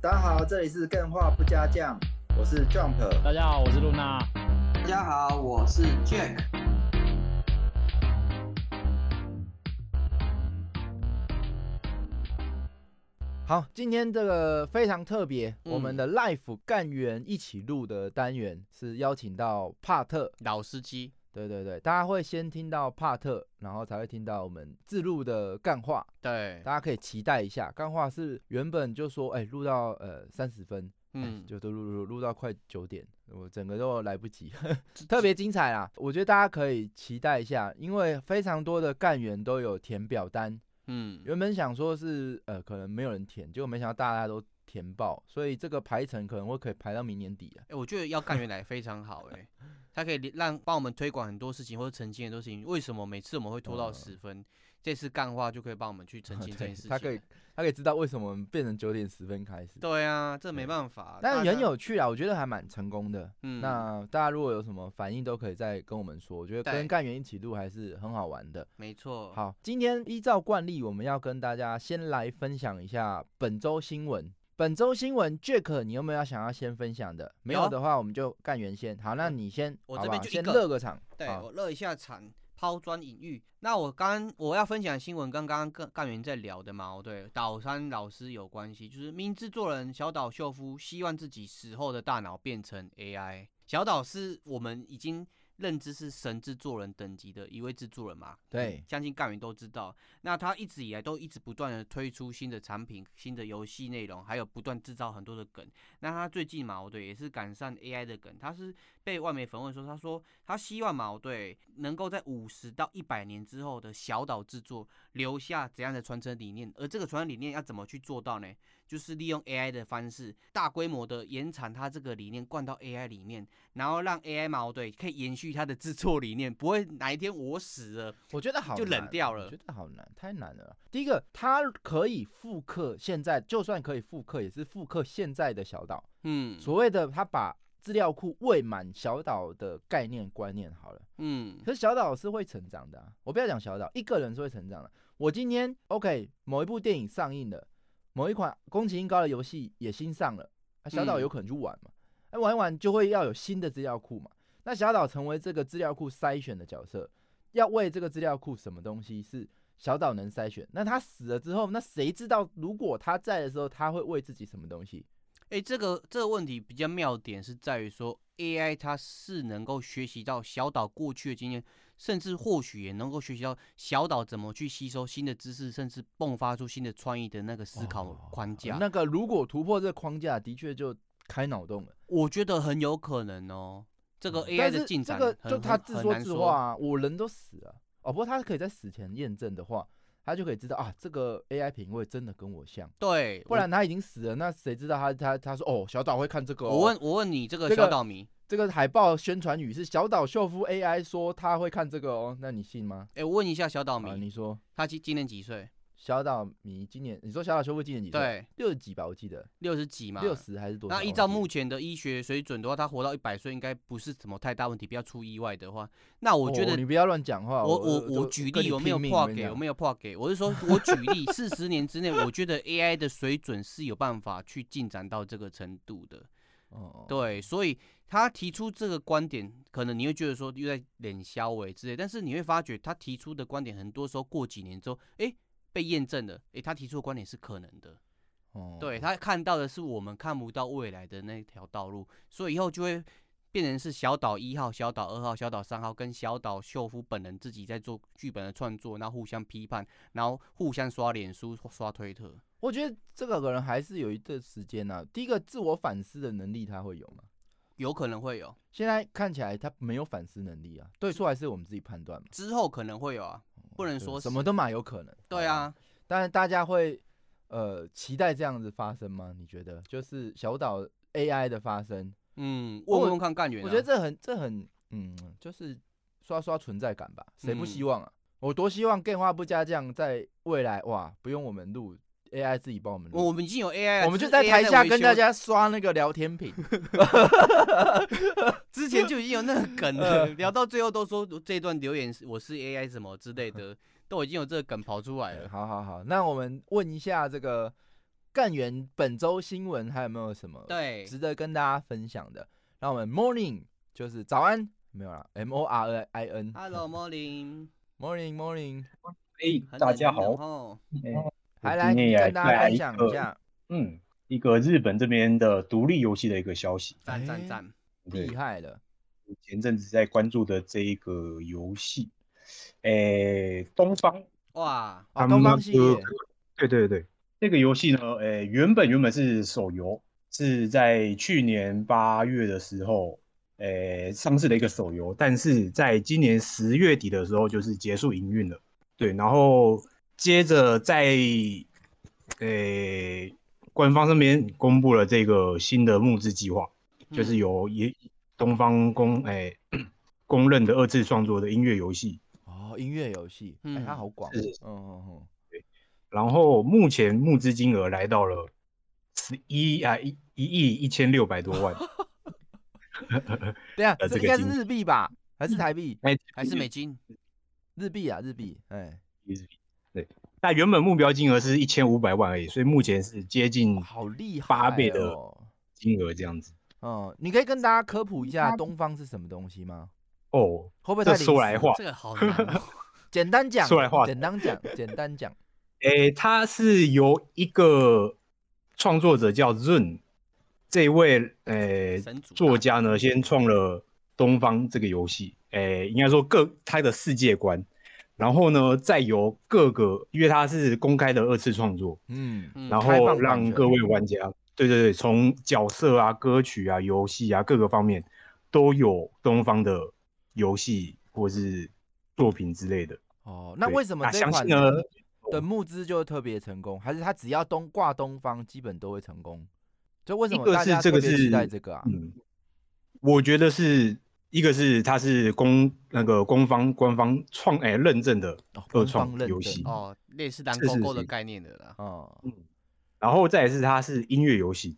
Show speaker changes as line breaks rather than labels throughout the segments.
大家好，这里是更画不加酱，我是 Jump。
大家好，我是露娜。
大家好，我是 Jack。
好，今天这个非常特别，
嗯
我们的 Life 干员一起录的单元是邀请到帕特，
老司机，
对对对，大家会先听到帕特，然后才会听到我们自录的干话，
对，
大家可以期待一下。干话是原本就说，哎、录到呃三十分，嗯
嗯，，
就都录录录到快九点，我整个都来不及， 特别精彩啦！我觉得大家可以期待一下，因为非常多的干员都有填表单，
嗯，
原本想说是呃可能没有人填，结果没想到大家都填爆，所以这个排程可能会可以排到明年底啊。
哎、我觉得要干员来非常好、欸，哎，他可以连让帮我们推广很多事情或者澄清很多事情。为什么每次我们会拖到
呃
十分？这次干话就可以帮我们去澄清这
对
件事情。
他可以，他可以知道为什么我们变成九点十分开始，
对啊，这没
对
办法。
但
大
很
家，
有趣啊，我觉得还蛮成功的。
嗯
那大家如果有什么反应，都可以再跟我们说。我觉得
对
跟干员一起录还是很好玩的。
没错，，
好，今天依照惯例，我们要跟大家先来分享一下本周新闻。本周新闻，Jack，你有没有想要先分享的？没有
有啊
的话，我们就干员先。好，那你先，
我
好
这
不
边
好
就一
先
个
乐个场。
对
好
我乐一下场，抛砖引玉。那我刚我要分享的新闻，跟刚刚干干员在聊的嘛，哦对，岛山老师有关系，就是明知做人，小岛秀夫希望自己死后的大脑变成 AI。小岛是我们已经认知是神之作人等级的一位制作人嘛，嗯
对
相信干员都知道。那他一直以来都一直不断的推出新的产品、新的游戏内容，还有不断制造很多的梗。那他最近嘛，我对也是赶上 AI 的梗，他是被外媒访问说，他说他希望嘛，我对能够在五十到一百年之后的小岛制作留下怎样的传承理念，而这个传承理念要怎么去做到呢？就是利用 AI 的方式，大规模的延产它这个理念，灌到 AI 里面，然后让 AI 嘛，我对可以延续它的制作理念， 不会哪一天我死了，
我觉得好
就冷
难
掉
我
了
觉得好难，太难了。第一个，它可以复刻现在，就算可以复刻，也是复刻现在的小岛。
嗯
所谓的它把资料库喂满小岛的概念观念好了。
嗯
可是小岛是会成长的啊、我不要讲小岛，一个人是会成长的。我今天 OK，某一部电影上映了，某一款宫崎英高的游戏也新上了，啊、小岛
嗯
有可能去玩嘛？那、玩一玩就会要有新的资料库嘛？那小岛成为这个资料库筛选的角色，要为这个资料库什么东西是小岛能筛选？那他死了之后，那谁知道如果他在的时候，他会为自己什么东西？
哎、这个这个问题比较妙点是在于说，AI 它是能够学习到小岛过去的经验，甚至或许也能够学习到小岛怎么去吸收新的知识，甚至迸发出新的创意的那个思考
哇
框架。
哦那个如果突破这个框架，的确就开脑洞了。
我觉得很有可能哦，这个
嗯
AI
但是
的进展
这个
很，
就他
很
自
很
说
难
自
说
话啊，我人都死了哦。不过他可以在死前验证的话，他就可以知道啊，这个 AI 品味真的跟我像。
对，
不然他已经死了，那谁知道他他他说哦，小岛会看这个、
我
哦？
我问我问你，这个
这
小
个
岛迷，
这个海报宣传语是小岛秀夫 AI 说他会看这个哦，那你信吗？
哎、我问一下小岛
啊，
迷，
你说
他今今年几岁？
小岛你今年你说小岛秀夫今年几岁？，
对，
六十几吧，我记得
六十几嘛，
六十还是多少？
那依照
忘记
目
了
前的医学水准的话，他活到一百岁应该不是什么太大问题，不要出意外的话，那我觉
哦
得
你不要乱讲话。
我
我
我我举
跟
例
你
有没有
拼命
破
我跟你
给？
讲
有没有破给？我 是说，我举例，四十年之内，我觉得 AI 的水准是有办法去进展到这个程度的。
哦，哦
对，所以他提出这个观点，可能你会觉得说又在脸消委之类，但是你会发觉他提出的观点，很多时候过几年之后，哎，被验证了，哎，他提出的观点是可能的。
哦
对他看到的是我们看不到未来的那条道路，所以以后就会变成是小岛一号、小岛二号、小岛三号跟小岛秀夫本人自己在做剧本的创作，然后互相批判，然后互相刷脸书、刷推特。
我觉得这个可能还是有一段时间呢、第一个，自我反思的能力他会有吗？
有可能会有，
现在看起来他没有反思能力啊，对错还是我们自己判断嘛，
之后可能会有啊，不能
哦对
说
什
是
么都嘛有可能。
对啊，
好，当然大家会呃期待这样子发生吗？你觉得就是小岛 AI 的发生？
嗯，
我
问问看干员、啊，
我觉得这很这很嗯，就是刷刷存在感吧，谁不希
嗯
望啊？我多希望更化不加酱在未来哇，不用我们录 AI 自己帮我们录
我。我们已经有 AI，了
我们就
只
是在
AI
台下
维
跟
修
大家刷那个聊天屏，
之前就已经有那个梗 了，聊到最后都说这一段留言是我是 AI 什么 之类的，都已经有这个梗跑出来
呃
了。
好好好，那我们问一下这个干员本周新闻还有没有什么
对，
值得跟大家分享的？那我们 morning 就是早安，没有了，M O R I N。
Hello morning，
morning morning，
哎，
很
大
冷
家
很冷
好，
哦，
还
我
来
今天也
跟大家
带来
分
一
享一
个
下，
嗯，一个日本这边的独立游戏的一个消息。
赞
哎
赞赞，
对
厉，害哦了，
前阵子在关注的这一个游戏，诶，东方
哇，
啊，
他
东
们
方系
的
列，
对对对，这个游戏呢，诶，原本原本是手游，是在去年八月的时候，诶上市的一个手游，但是在今年十月底的时候就是结束营运了。对，然后接着在诶官方这边公布了这个新的募资计划，就
嗯
是由也东方公诶 公认的二次创作的音乐游戏。
哦，音乐游戏，哎，
嗯
它好广，
是
嗯嗯嗯，
然后目前募资金额来到了十一啊一一亿一千六 百多万，
对啊，
呃
这
这
应
个
该是
金
日币吧，还是台币？
哎，
还是美金，
日币啊，日币，哎，
对，那原本目标金额是一千五百万而已，所以目前是接近
好厉害，
八倍的
哦。
金额这样子。
嗯，你可以跟大家科普一下东方是什么东西吗？
哦，
会不会太
嗯这
临
说来
时啊
话，
这个好难 哦，
简单讲，
说来话
简单 讲，简单讲，
诶，它是由一个创作者叫 Zun 这一位诶
神主
哎
啊
作家呢，先创了东方这个游戏，诶、应该说各他的世界观，然后呢，再由各个，因为它是公开的二次创作，
嗯，
嗯
然
开放嗯
后
版
让
权
各位玩家，对对对，从角色啊、歌曲啊、游戏啊各个方面都有东方的游戏或是作品之类的。
哦，那
对
为什么
那
这
详
款
细呢
的的募资就特别成功？还是它只要东挂东方，基本都会成功？就为什
一
么
个
大
是
家
这
特
个
别
是
期待这个啊？
嗯，我觉得是一个是它是公那个官方官方创哎、认证的
哦
二
官
创
方认
游
证
戏，
哦，类似蓝
是
勾
是
勾的
是
概念的啦，
嗯，
然后再来是它是音乐 游戏，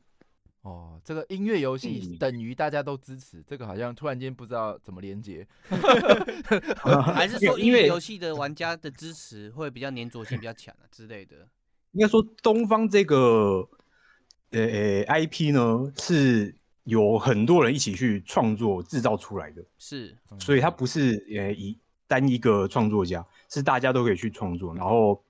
哦，这个音乐游戏
嗯
等于大家都支持，这个好像突然间不知道怎么连接。
还 是说
啊因
因为
为
游戏的玩家的支持会比较粘着性比较强啊之类的，
应该说东方这个呃呃 IP 呢是有很多人一起去创作制造出来的，
是，
嗯
所以它不是呃以单一个创作家，是大家都可以去创作。然后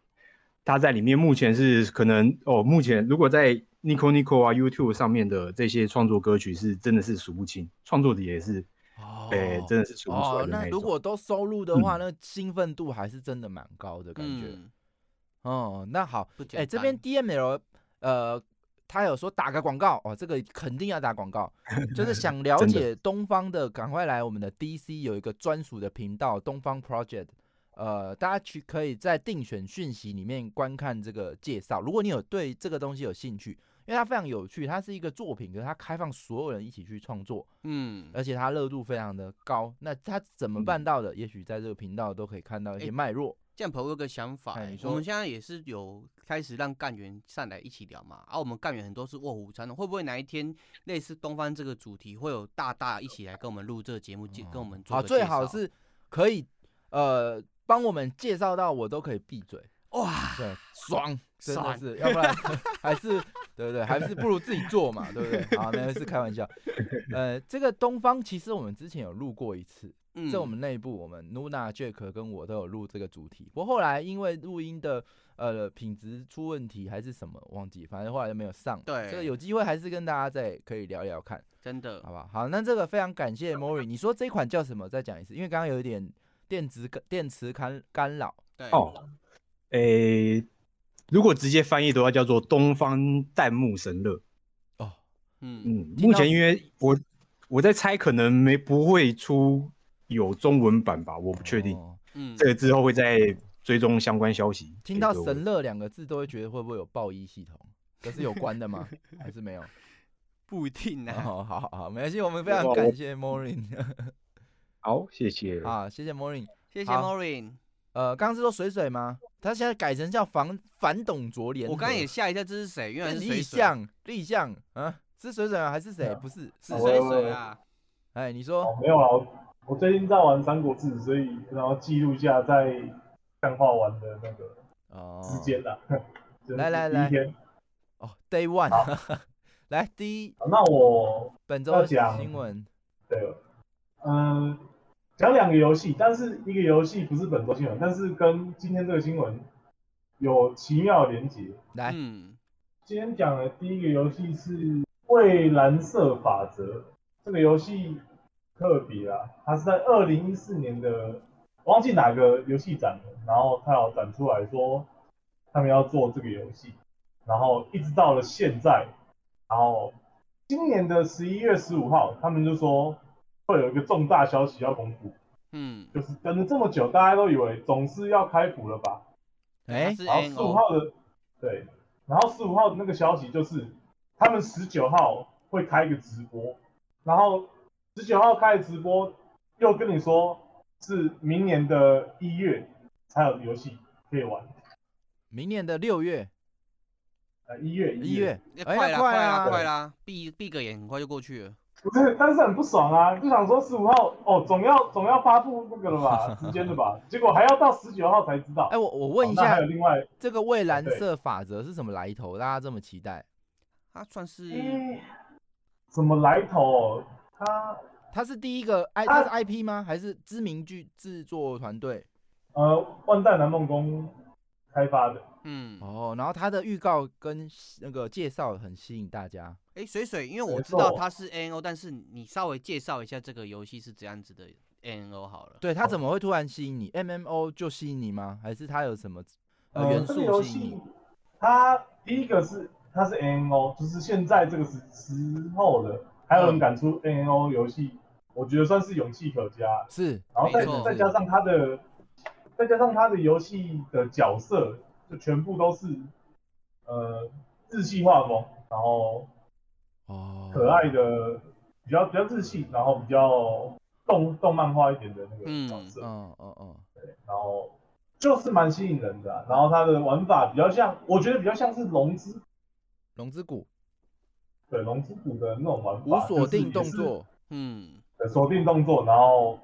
它在里面目前是可能哦，目前如果在 Nico Nico 啊 YouTube 上面的这些创作歌曲是真的是数不清，创作的也是，
哦
哎、真的是数不出来
哦
的，
那
一
如
种。
果都收录的话，
嗯
那兴奋度还是真的蛮高的感觉。
嗯，
哦，那好，
不简
哎、
单，
这边 DML 呃，他有说打个广告哦，这个肯定要打广告， 就是想了
真的
解东方的，赶快来我们的 DC 有一个专属的频道东方 Project，呃，大家去可以在定选讯息里面观看这个介绍。如果你有对这个东西有兴趣，因为它非常有趣，它是一个作品，可是它开放所有人一起去创作，
嗯，
而且它热度非常的高。那它怎么办
嗯
到的？也许在这个频道都可以看到一
哎
些脉络。
这样朋友有个想法、
哎
欸
你，
我
说
们现在也是有开始让干员上来一起聊嘛，啊，我们干员很多是卧虎藏龙，会不会哪一天类似东方这个主题，会有大大一起来跟我们录这个节目，介跟我们做
哦好，
个
最
介
好
绍
是可以呃帮我们介绍到我都可以闭嘴，
哇，
对，爽，真的
爽
是，要不 然还是对不对？还是不如自己做嘛，对不对？好，那是开玩笑。呃，这个东方其实我们之前有录过一次，
嗯
在我们内部，我们 Nuna、Jack 跟我都有录这个主题，不过后来因为录音的呃品质出问题还是什么，忘记，反正后来就没有上。
对
这个有机会还是跟大家再可以聊聊看。
真的
好，吧，好，那这个非常感谢 Mori。你说这款叫什么？再讲一次，因为刚刚有一点电子电磁干干扰。
对，
哦，诶、如果直接翻译的话，叫做东方弹幕神乐。
哦，
嗯，
嗯，
听
目
到
前因为我我在猜，可能没不会出有中文版吧，我不确定。
哦
嗯，
这个之后会再追踪相关消息。
听到“
给各位
神乐”两个字，都会觉得会不会有报一系统？这是有关的 吗？还是没有？
不一定
哦，
啊，
好好好，没关系，我们非常
我
感谢 Morin
好，谢谢。
啊，谢谢 Morin。
谢谢
好
Morin，
呃，刚刚是说水水吗？他现在改成叫反反董卓联合。
我刚刚也吓一跳，这是谁？原来
是
是水
立
水，
项，立项啊，是水水吗？还是谁？不是，是
是
谁？
水水啊，
哎，你说
哦，没有啊，我我最近在玩《三国志》，所以然后记录一下在干化玩的那个
哦，
时间啦。就是
来来
第一
来
天
哦，Day One，来 第一
好那我
本周
要
的
讲
新闻，
对，嗯，讲两个游戏，但是一个游戏不是本周新闻，但是跟今天这个新闻有奇妙的连结。
来
嗯，
今天讲的第一个游戏是《蔚蓝色法则》，这个游戏特别啊，它是在二零一四年的，我忘记哪个游戏展了，然后它有展出来说他们要做这个游戏，然后一直到了现在，然后今年的十一月十五号，他们就说会有一个重大消息要公布，
嗯，
就是等了这么久，大家都以为总是要开服了吧，
哎
它是
然后十五
NO，
号的，对，然后十五号的那个消息就是，他们十九号会开一个直播，然后十九号开的直播又跟你说是明年的一月才有游戏可以玩，
明年的六月
呃，一月
一月，
那
哎，
快
那
啦
快
啦
啊
快啦，闭闭个眼很快就过去了。
不是，但是很不爽啊，就想说十五号哦，总要总要发布那个了吧，时间了吧，结果还要到十九号才知道。
哎，
哦
我我问一
那
下
还有，另外，
这个蔚蓝
对
色法则是什么来头？大家这么期待，
它算是
嗯
咦，什么来头、哦？他
它是第一个 I，它
它
是 IP 吗？还是知名剧制作团队？
呃，万代南梦宫开发的。
嗯，
哦，然后它的预告跟那个介绍很吸引大家。
哎，水水，因为我
没
知道
错
它是 NO，但是你稍微介绍一下这个游戏是怎样子的 NO 好了。
哦
对，它怎么会突然吸引你？MMO 就吸引你吗？还是它有什么呃元
这个
素
游
吸引
戏
你？，
它第一个是它是 N O，就是现在这个时时候了，还有
嗯
人敢出 N O 游戏，我觉得算是勇气可嘉。
是
然后再
没错
再加上它的，再加上它的游戏的角色，就全部都是呃日系画风，然后
哦，
可爱的，比较比较日系，然后比较动动漫化一点的那个角色。
嗯嗯嗯，
然后就是蛮吸引人的啊、然后它的玩法比较像，我觉得比较像是龙之
龙之谷
对龙之谷的那种玩
无
法，
锁
就是也
定
是
动作，
嗯，
对锁定动作，然后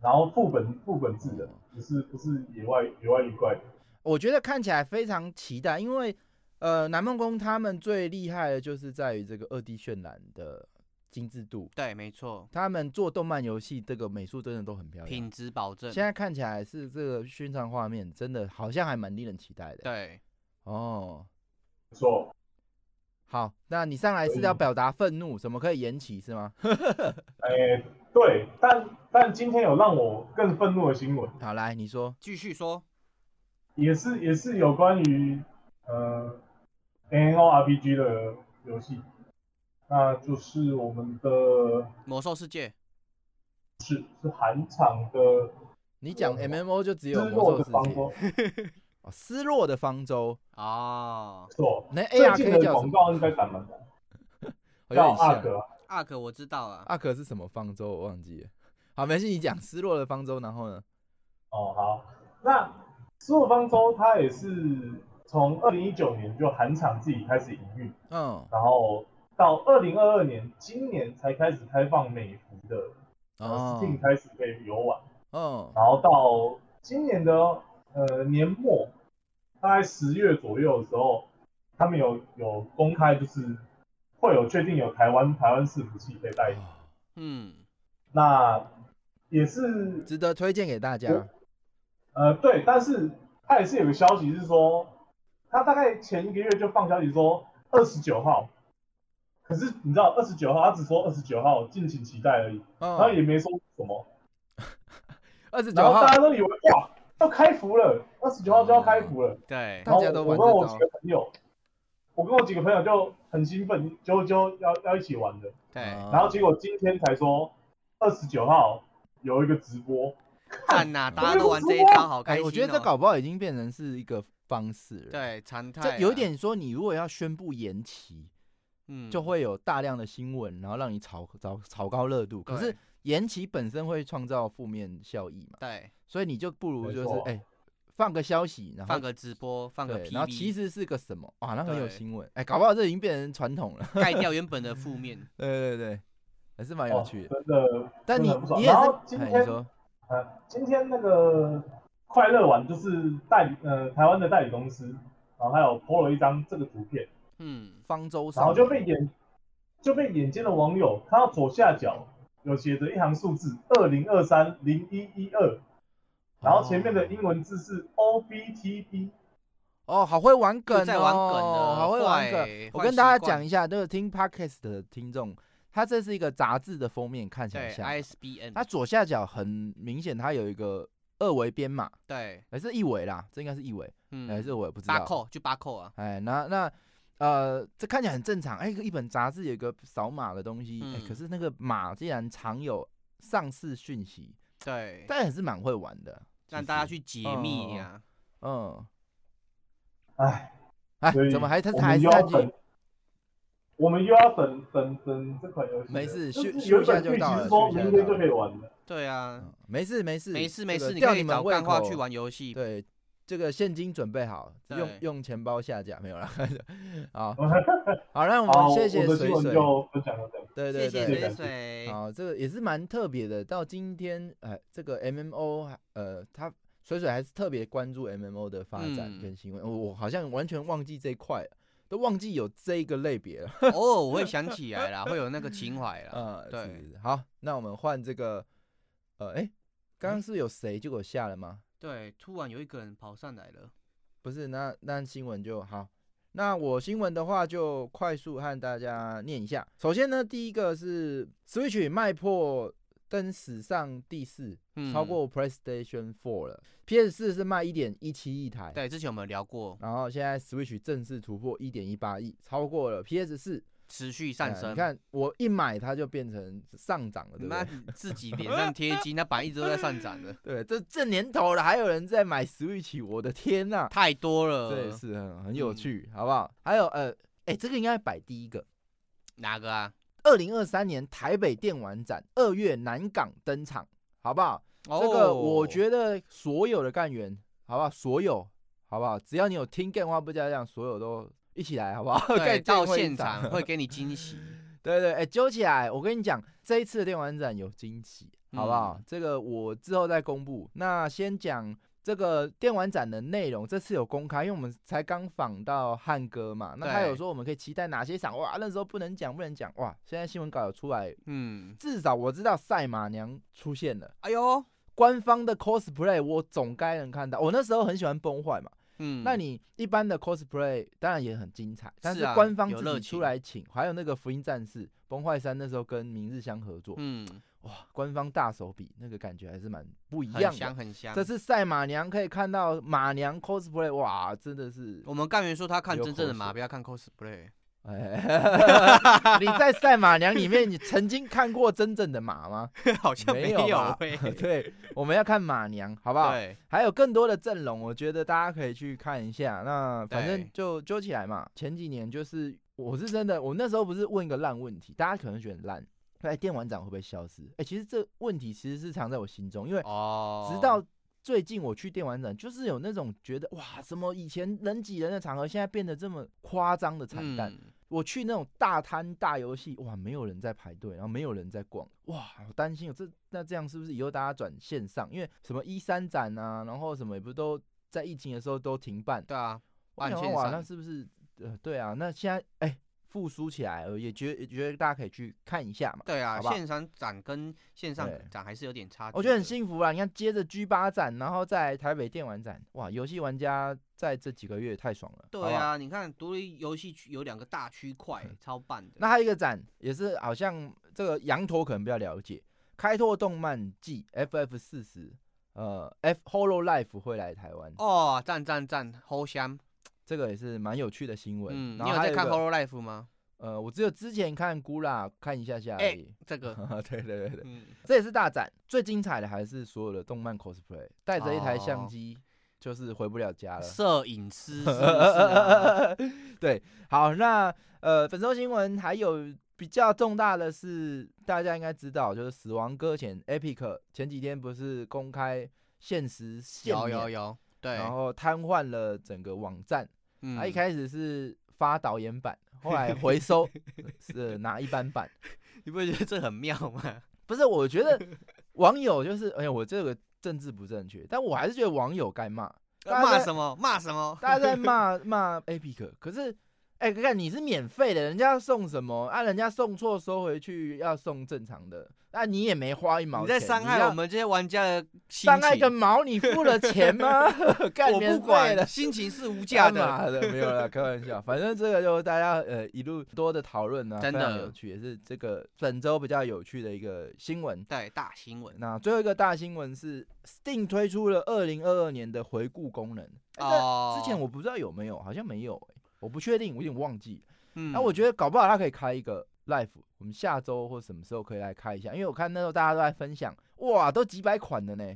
然后副本副本制的，不是不是野外野外一怪的，
我觉得看起来非常期待，因为呃，南梦宫他们最厉害的就是在于这个二 D 渲染的精致度，
对，没错，
他们做动漫游戏这个美术真的都很漂亮
品。质保证。
啊现在看起来是这个宣传画面，真的好像还蛮令人期待的。
对，
哦，
不错。
好，那你上来是要
嗯
表达愤怒，怎么可以延期是吗？
哎，对，但但今天有让我更愤怒的新闻，
好，来你说，
继续说。
也是也是有关于呃 N O R P G 的游戏，那就是我们的
魔兽世界，
是是韩厂的。
你讲
我
MMO 就只有
失
魔
落
兽
的
世
方
界
舟，
哦，失落的方舟，
哦，
错。
那
最
AR 可
近
以
的
叫什
广
么？
告应该敢蛮的，
好像
叫
有点
阿
像。
格，
阿可我知道啊。
阿可是什么方舟？我忘记了。好，没事，你讲失落的方舟，然后呢？
哦，好，那十五方舟它也是从二零一九年就韩厂自己开始营运，
嗯，
然后到二零二二年今年才开始开放美服的，呃
哦，
，Steam 开始可以游玩，
嗯，
然后到今年的呃年末，大概十月左右的时候，他们有有公开就是会有确定有台湾台湾伺服器可以代理，
哦
嗯，
那也是
值得推荐给大家。
我呃，对，但是他也是有个消息是说，他大概前一个月就放消息说二十九号，可是你知道二十九号，他只说二十九号，敬请期待而已，然后
嗯，
也没说什么，
二十九
然后
号
大，家都以为哇，要开服了，二十九号就要开服了，
对，
嗯大家都
然后
玩
我
这招
跟我几个朋友，我跟我几个朋友就很兴奋，就就要要一起玩的，
对，
嗯
然后结果今天才说二十九号有一个直播，
赞 呐！大家
我
都
就
玩
说
这一招，好开
哎，
心。哦
我觉得
哦
这，搞不好已经变成是一个方式了。，
对，常态啊
这有一，点说，你如果要宣布延期，
嗯，
就会有大量的新闻，然后让你炒炒炒高热度。可
对
是延期本身会创造负面效益嘛，
对，
所以你就不如
没
就是
错
哎，放个消息，然后
放个直播，放个
对，
PV，
然后其实 是个什么哇，那很有
对
新闻，哎、搞不好这已经变成传统了。
盖掉原本的负面。
对对对，还是蛮有趣的。
真的，
但你
哦真的很不爽
你也
然后
是，
今
哎，
天
你。说
呃，今天那个快乐网就是代理呃台湾的代理公司，然后他有 PO 了一张这个图片，
嗯，
方舟
然
少
后
年，
就被眼就被眼尖的网友看到左下角有写着一行数字二零二三零一一二，然后前面的英文字是 O B T B，
哦，好会玩梗、哦，
又在玩梗了
好会玩梗
坏。
我
坏
跟
习
大家
惯
讲一下，这个听 podcast 的听众，它这是一个杂志的封面，看起来
对
像
，ISBN，
它左下角很明显，它有一个二维编码，
对，
还是一维啦，这应该是一维，
嗯，
还是我也不知
八
道。
扣就八扣啊，
哎，那那呃，这看起来很正常。哎，一本杂志有一个扫码的东西，哎，可
嗯
是那个码竟然藏有上市讯息，
对，
但也是蛮会玩的，
让
其
大家
实
去解密呀。
嗯。
哎，
哎
所，以
怎么还他
我
他还
们
是
又要
看去
等，我们又要等等等这款游戏了，
没事
就
休
是
休
原
一下
本
就
预
到
期
了
是说
休一下
明
就
天
到
就
了
可以玩了，
对啊
嗯，没事没事
没事
这
没
个
事，你
吊
可以
们
找
胃
干话
口
去。玩游戏。
对，这个现金准备好，用
对
用钱包下架没有了。 好好，那我
好，
们
我
嗯谢谢
我的
水
新闻
水，
就分享到这里。
对对对，
谢
嗯
谢
对
水 水。
好，这个也是蛮特别的。到今天，呃，这个 MMO，还呃，他水水还是特别关注 MMO 的发展
嗯
跟新闻。我我好像完全忘记这一块了，都忘记有这一个类别了。
偶哦尔我会想起来啦，会有那个情 怀啦。
呃，
啊对
是，好，那我们换这个，呃，哎，刚刚是有谁就给我下了吗？
对，突然有一个人跑上来了，
不是，那那新闻就好。那我新闻的话，就快速和大家念一下。首先呢，第一个是 Switch 卖破登史上第四，
嗯
超过 PlayStation 4了。PS 四是卖一点一七亿台，
对，之前我们聊过，
然后现在 Switch 正式突破一点一八亿，超过了 PS 四。
持续上
哎
升。
你，看我一买它就变成上涨了，对不
妈
对？
自己脸上贴金，那板一直都在上涨的，
对，这这年头了，还有人在买 Switch，我的天呐、
太多了。
这也是很很有
呃嗯
趣，好不好？还有呃，哎、这个应该摆第一个。
哪个啊？
二零二三年台北电玩展二月南港登场，好不好？
哦
这个我觉得所有的干员，好不好？所有，好不好？只要你有听干话不加酱，所有都一起来，好不 好？
对，
干
到
电会
现
一场
场会给你 惊喜。
对对，哎、揪起来！我跟你讲，这一次的电玩展有惊喜，好不好？
嗯
这个我之后再公布。那先讲这个电玩展的内容，这次有公开，因为我们才刚访到汉哥嘛，那他有
对
说我们可以期待哪些赏，哇，那时候不能讲，不能讲，哇，现在新闻稿有出来，
嗯，
至少我知道赛马娘出现了，
哎呦，
官方的 cosplay 我总该能看到。我那时候很喜欢崩坏嘛，
嗯，
那你一般的 cosplay 当然也很精彩，但
是
是
啊
官方
有
自己
热
出
情
来请，还有那个福音战士崩坏三那时候跟明日香合作，
嗯，
哇，官方大手笔，那个感觉还是蛮不一
很
样
香
的。
很香。
这次赛马娘可以看到马娘 cosplay，哇，真的是
我们干员说他看
流
真正的
口
马，
水
不要看 cosplay。
哎， 你在赛马娘里 面，你曾经看过真正的马吗？
好像
没
有
吧
欸
对，我们要看马娘，好不好？
对，
还有更多的阵容，我觉得大家可以去看一下。那反正
对
就揪起来嘛。前几年就是我是真的，我那时候不是问一个烂问题，大家可能觉得很烂，哎，电玩展会不会消失？哎、其实这问题其实是藏在我心中，因为
哦，
直到最近我去电玩展，就是有那种觉得哇，怎么以前人挤人的场合，现在变得这么夸张的惨淡。
嗯
我去那种大摊大游戏，哇，没有人在排队，然后没有人在逛，哇，好担心哦。这那这样是不是以后大家转线上？因为什么一三展啊，然后什么也不都在疫情的时候都停办。
对啊，
我
办
想
线
说哇，那
上，
是不是呃对啊？那现在哎复苏起来了，也觉也觉得大家可以去看一下嘛。
对啊
好，不好
线上展跟线上
对
展还是有点差距的。
我觉得很幸福啊！你看，接着 G 八展，然后在台北电玩展，哇，游戏玩家在这几个月太爽了。好
对
不好嗯
啊，你看独立游戏区有两个大区块，超棒的。
那还有一个展也是好像这个羊驼可能比较了解，开拓动漫季 FF 四十，呃，F Holo Life 会来台湾，
哦，赞赞赞，好香。
这个也是蛮有趣的新闻。
嗯，
然
你
后
有
还
在
有
看
一
《
个
Horror Life》吗？
呃，我只有之前看 Gula 看一下下而
哎
已。
这个，
对对对对，
嗯，
这也是大展，最精彩的还是所有的动漫 cosplay，带着一台相
哦
机，就是回不了家了。
摄影师是不是 啊
对，好，那呃，本周新闻还有比较重大的是，大家应该知道，就是《死亡搁浅》Epic 前几天不是公开限时限
有有
免
有，对，
然后瘫痪了整个网站。
嗯
他、一开始是发导演版，后来 回收是拿一般版。
你不觉得这很妙吗？
不是，我觉 得网友就是，哎呀，我这个政治不正确，但我还是觉 得网友该骂。大家
骂
在
什么骂什么？
大家在骂骂 Epic，可是哎、看你是免费的，人家要送什么啊？人家送错收回去要送正常的，啊，你也没花一毛
你
钱，
在伤害
要
我，们这些玩家的心
伤害
情
个。毛！你付了钱 吗？干
我
免
不
费
管，
的
心情是无价
干
的。
嘛的，没有啦，开玩笑。反正这个就大家呃一路多的讨论呢，
真的
非常有趣，也是这个本周比较有趣的一个新闻。
对，大新闻
那最后一个大新闻是，Steam 推出了二零二二年的回顾功能。哎这之前
哦
我不知道有没有，好像没有、哎，我不确定，我有点忘记。
嗯，
啊那、我觉得搞不好它可以开一个 live，我们下周或什么时候可以来开一下，因为我看那时候大家都在分享，哇，都几百款的 呢。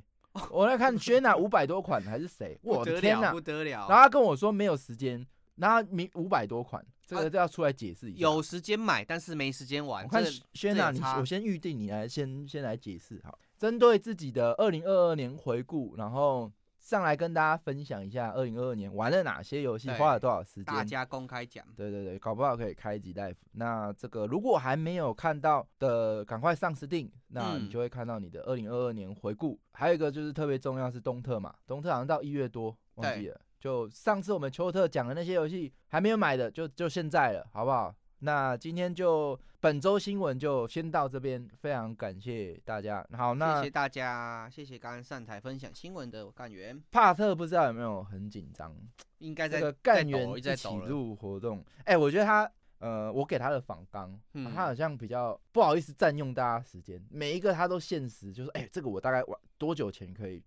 我在看 Jenna 五百多款还是谁，
不
我的
得
天
了，
哪
不！得了。
然后他跟我说没有时间，然后明五百多款，这个就要出来解释一下。
啊有时间买，但是没时间玩。
我看
这
轩
这
娜，
有
你
差
我先预定你来先先来解释好，针对自己的二零二二年回顾，然后上来跟大家分享一下二零二二年玩了哪些游戏，
对
花了多少时
大
间。
家公开讲，
对对对，搞不好可以开一集 live。那这个如果还没有看到的，赶快上 Steam，那你
嗯
就会看到你的二零二二年回顾。还有一个就是特别重要是东特嘛，东特好像到一月多，忘记
对
了。就上次我们秋特讲的那些游戏还没有买的，就就现在了，好不好？那今天就本周新闻就先到这边，非常感谢大家。好，那
谢谢大家，谢谢刚刚上台分享新闻的干员，
帕特不知道有没有很紧张？
应该
这
在
个
在
干
抖，
员
一直
一
在
起
抖了。
入活动，哎、我觉得他，呃，我给他的访纲、
嗯
他好像比较不好意思占用大家时间，每一个他都限时，就是哎、这个我大概玩多久前可以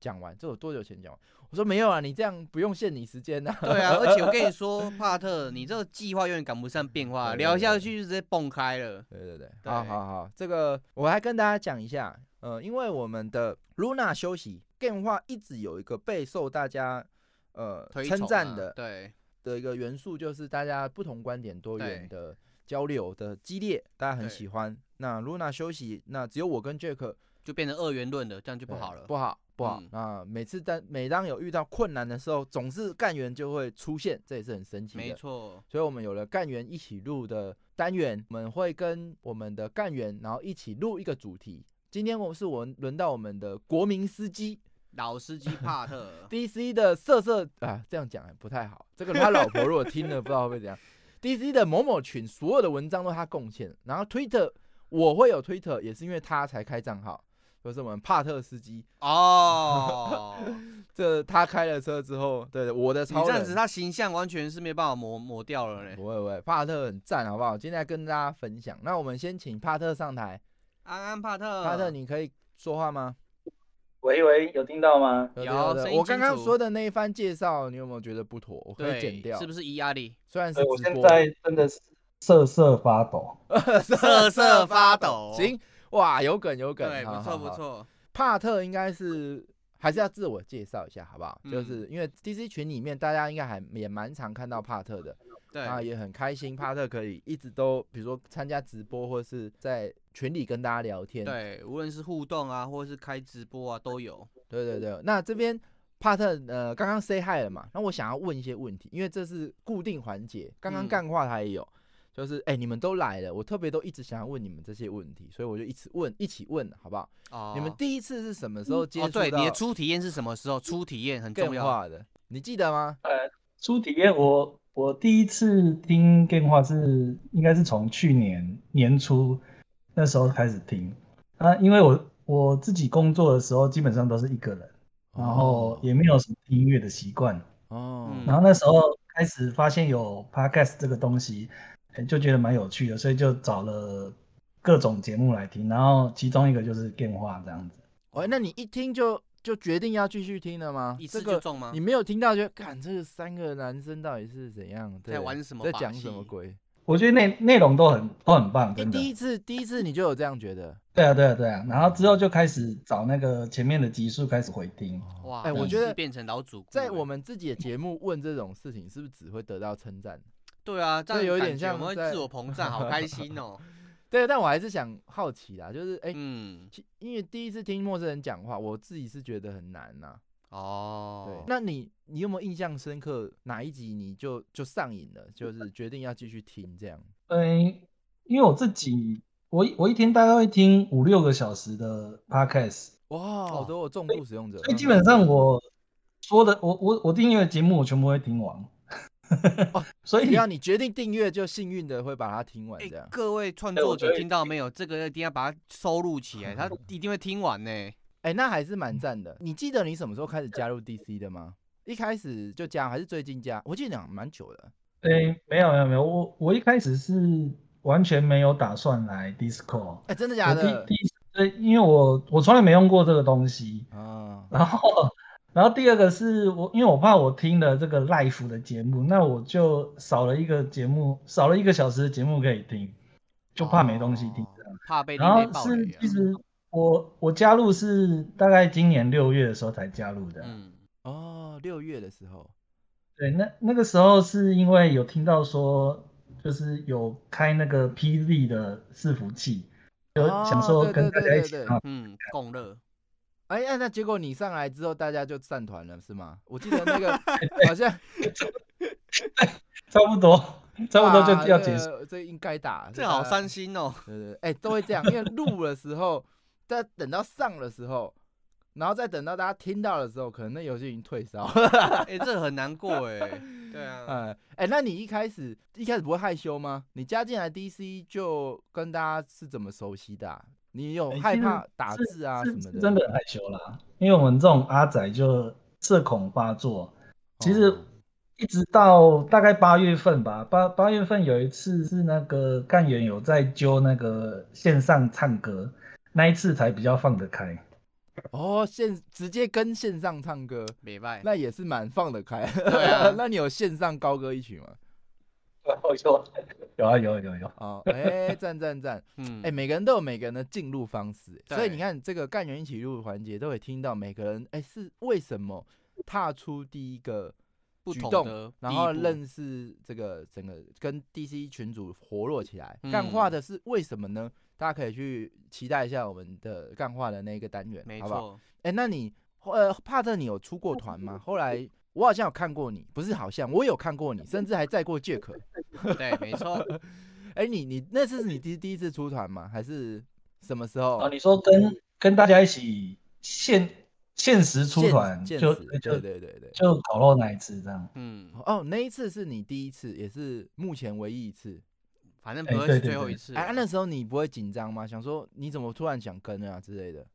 讲完，这我多久前讲完？我说没有啊，你这样不用限你时间呐、
对 啊，而且我跟你说，帕特，你这个计划永远赶不上变化，
对
聊
对
下
对
去就直接蹦开了。
对对对，
对
好好好，这个我还跟大家讲一下，呃，因为我们的 Luna 休息电话一直有一个备受大家呃
推
称
崇
赞
啊
的
对，
的一个元素，就是大家不同观点多元
对
的交流的激烈，大家很
对
喜欢。那 Luna 休息，那只有我跟 Jack
就变成二元论了，这样就不好了。
不好，不好。
嗯
那每次当每当有遇到困难的时候，总是干员就会出现，这也是很神奇的。
没错，
所以我们有了干员一起录的单元，我们会跟我们的干员，然后一起录一个主题。今天我是我们轮到我们的国民司机
老 司机帕特
DC 的色色啊，这样讲还不太好。这个他老婆如果听了，不知道会不会怎 样。DC 的某某群所有的文章都是他贡献，然后 Twitter 我会有 Twitter 也是因为他才开账号，就是我们帕特司机，
哦，
这他开了车之后，对对，我的
你
超
这
人
样子他形象完全是没办法抹抹掉了嘞。
不会不会，帕特很赞，好不好？今天来跟大家分享。那我们先请帕特上台，
安安帕特，
帕特，你可以说话吗？
喂喂，有听到吗？
对
有
对对
声音
我刚刚
清楚
说的那一番介绍，你有没有觉得不妥？我可以
对，
剪掉，
是不
是？
是伊阿里？
虽然是
所以我
直
现
播
在真的是瑟瑟发抖。
瑟瑟发抖
行，哇，有梗有梗，
对，不
好
错
好
不
好
错，
帕特应该是还是要自我介绍一下，好不好？
嗯
就是因为 DC 群里面大家应该还也蛮常看到帕特的，
对，
那也很开心，帕特可以一直都比如说参加直播或是在群里跟大家聊天。
对，无论是互动啊，或者是开直播啊，都有。
对对对，那这边。帕特，呃，刚刚 say hi 了嘛？那我想要问一些问题，因为这是固定环节。刚刚
嗯
干话他也有，就是哎、你们都来了，我特别都一直想要问你们这些问题，所以我就一直问，一起问，好不好？
哦，
你们第一次是什么时候接
哦，
触到
对，你的初体验是什么时候？初体验很重
更
要。
化的？你记得吗？
初体验我我第一次听 game 话是应该是从去年年初那时候开始听啊，因为我我自己工作的时候基本上都是一个人，然后也没有什么听音乐的习惯，
哦，
嗯
然后那时候开始发现有 podcast 这个东西，哎就觉得蛮有趣的，所以就找了各种节目来听，然后其中一个就是 game 话这样子。
喂、哦哎那你一听就就决定要继续听了吗？
一
这
次
个
就中吗
你？没有听到就看这三个男生到底是怎样
在
对
玩什么
在
把
讲什么
戏
鬼？
我觉得内内容都很都很棒，
你
真的。
第一次第一次你就有这样觉得？
对啊，对啊，对啊。然后之后就开始找那个前面的集数开始回听。
哇，
哎、我
你
觉
是
得
变成老主顾
在
了
我们自己的节目问这种事情，是不是只会得到称赞？
对啊，这
这
样
有
感
点
觉
像
我们会
在
自我膨胀，好开心 哦。
对，但我还是想好奇啦，就是哎、
嗯，
其因为第一次听陌生人讲话，我自己是觉得很难啊呐、对
哦，，
那你你有没有印象深刻哪一集你就就上瘾了， 就是决定要继续听这样？
嗯，因为我自己，我一我一天大概会听五六个小时的 podcast，
哇，好
哦
多重度使用者，
所以基
嗯
本上我说的，我我我订阅的节目我全部会听完。 所
只
以
要哦你决定订阅，就幸运的会把它听完
哎
这样。
各位创
哎我
作
觉
者
得
听到没有？这个一定要把它收录起来，他一定会听完呢。
哎、那还是蛮赞
嗯
的。你记得你什么时候开始加入 DC 的吗？一开始就加，还是最近加？我记得讲蛮久的。
对，没有没有没有，我我一开始是完全没有打算来 Discord，
哎、真的假
我
的
第？第一对，因为我我从来没用过这个东西，
啊，
然后，然后第二个是我，因为我怕我听了这个 live 的节目，那我就少了一个节目，少了一个小时的节目可以听，就怕没东西听
哦
这样。
怕被另类
然
爆
后是
雷啊
其。实我我加入是大概今年六月的时候才加入的，
嗯，
哦，六月的时候，
对，那那个时候是因为有听到说，就是有开那个 PZ 的伺服器，就
哦
想说
对对
跟大
对
家一
对
起
对
啊，
嗯，共乐，
哎、呀，那结果你上来之后，大家就散团了，是吗？我记得那 个好像
差不多， 差不多就
啊
要
这
结束。
个这应该打，
这好伤
三。
心哦。
对对，对哎、都会这 样，因为录的时候，在等到上的时候，然后再等到大家听到的时候，可能那游戏已经退烧 了。
哎，这很难 过哎。对啊，
哎哎，那你一开始一开始不会害羞吗？你加进来 DC 就跟大家是怎么熟悉的啊、你有
哎
害
其实
怕打
是
字啊
是
什么
是真的很害羞啦，因为我们这种阿仔就社恐发作。其实
哦
一直到大概八月份吧，八八月份有一次是那个干员有在揪那个线上唱歌，那一次才比较放 得开。
哦，线直接跟线上唱歌，
没败。
那也是蛮放得开。
哎对啊
那你有线上高歌一曲吗？
有啊有啊有啊有啊，
哦，哎，赞赞赞！
嗯
哎、，每个人都有每个人的进入方式，所以你
对
看这个干员一起入环节，都会听到每个人哎、是为什么踏出第一个
不
举
同
动
的
然
第一
后
步
认识这个整个跟 DC 群组活络起来。干话
嗯
的是为什么呢？大家可以去期待一下我们的干话的那个单元，
没
好不好？
错，
哎、那你呃，帕特，你有出过团吗？后来我好像有看过你，不是好像，我有看过你，甚至还载过 Jack。
对，没错。
哎、你你那次是你第第一次出团吗？还是什么时候？
啊你说跟跟大家一起现现实出
现
团，
现
就
实
就
对对对对。
就烤肉那一次这样。
嗯，
哦，那一次是你第一次，也是目前唯一一次。
反正
哎
不会
对
是
对
最后
对
一次
哎、
啊。
啊那时候你不会紧张吗？想说你怎么突然想跟啊之类的，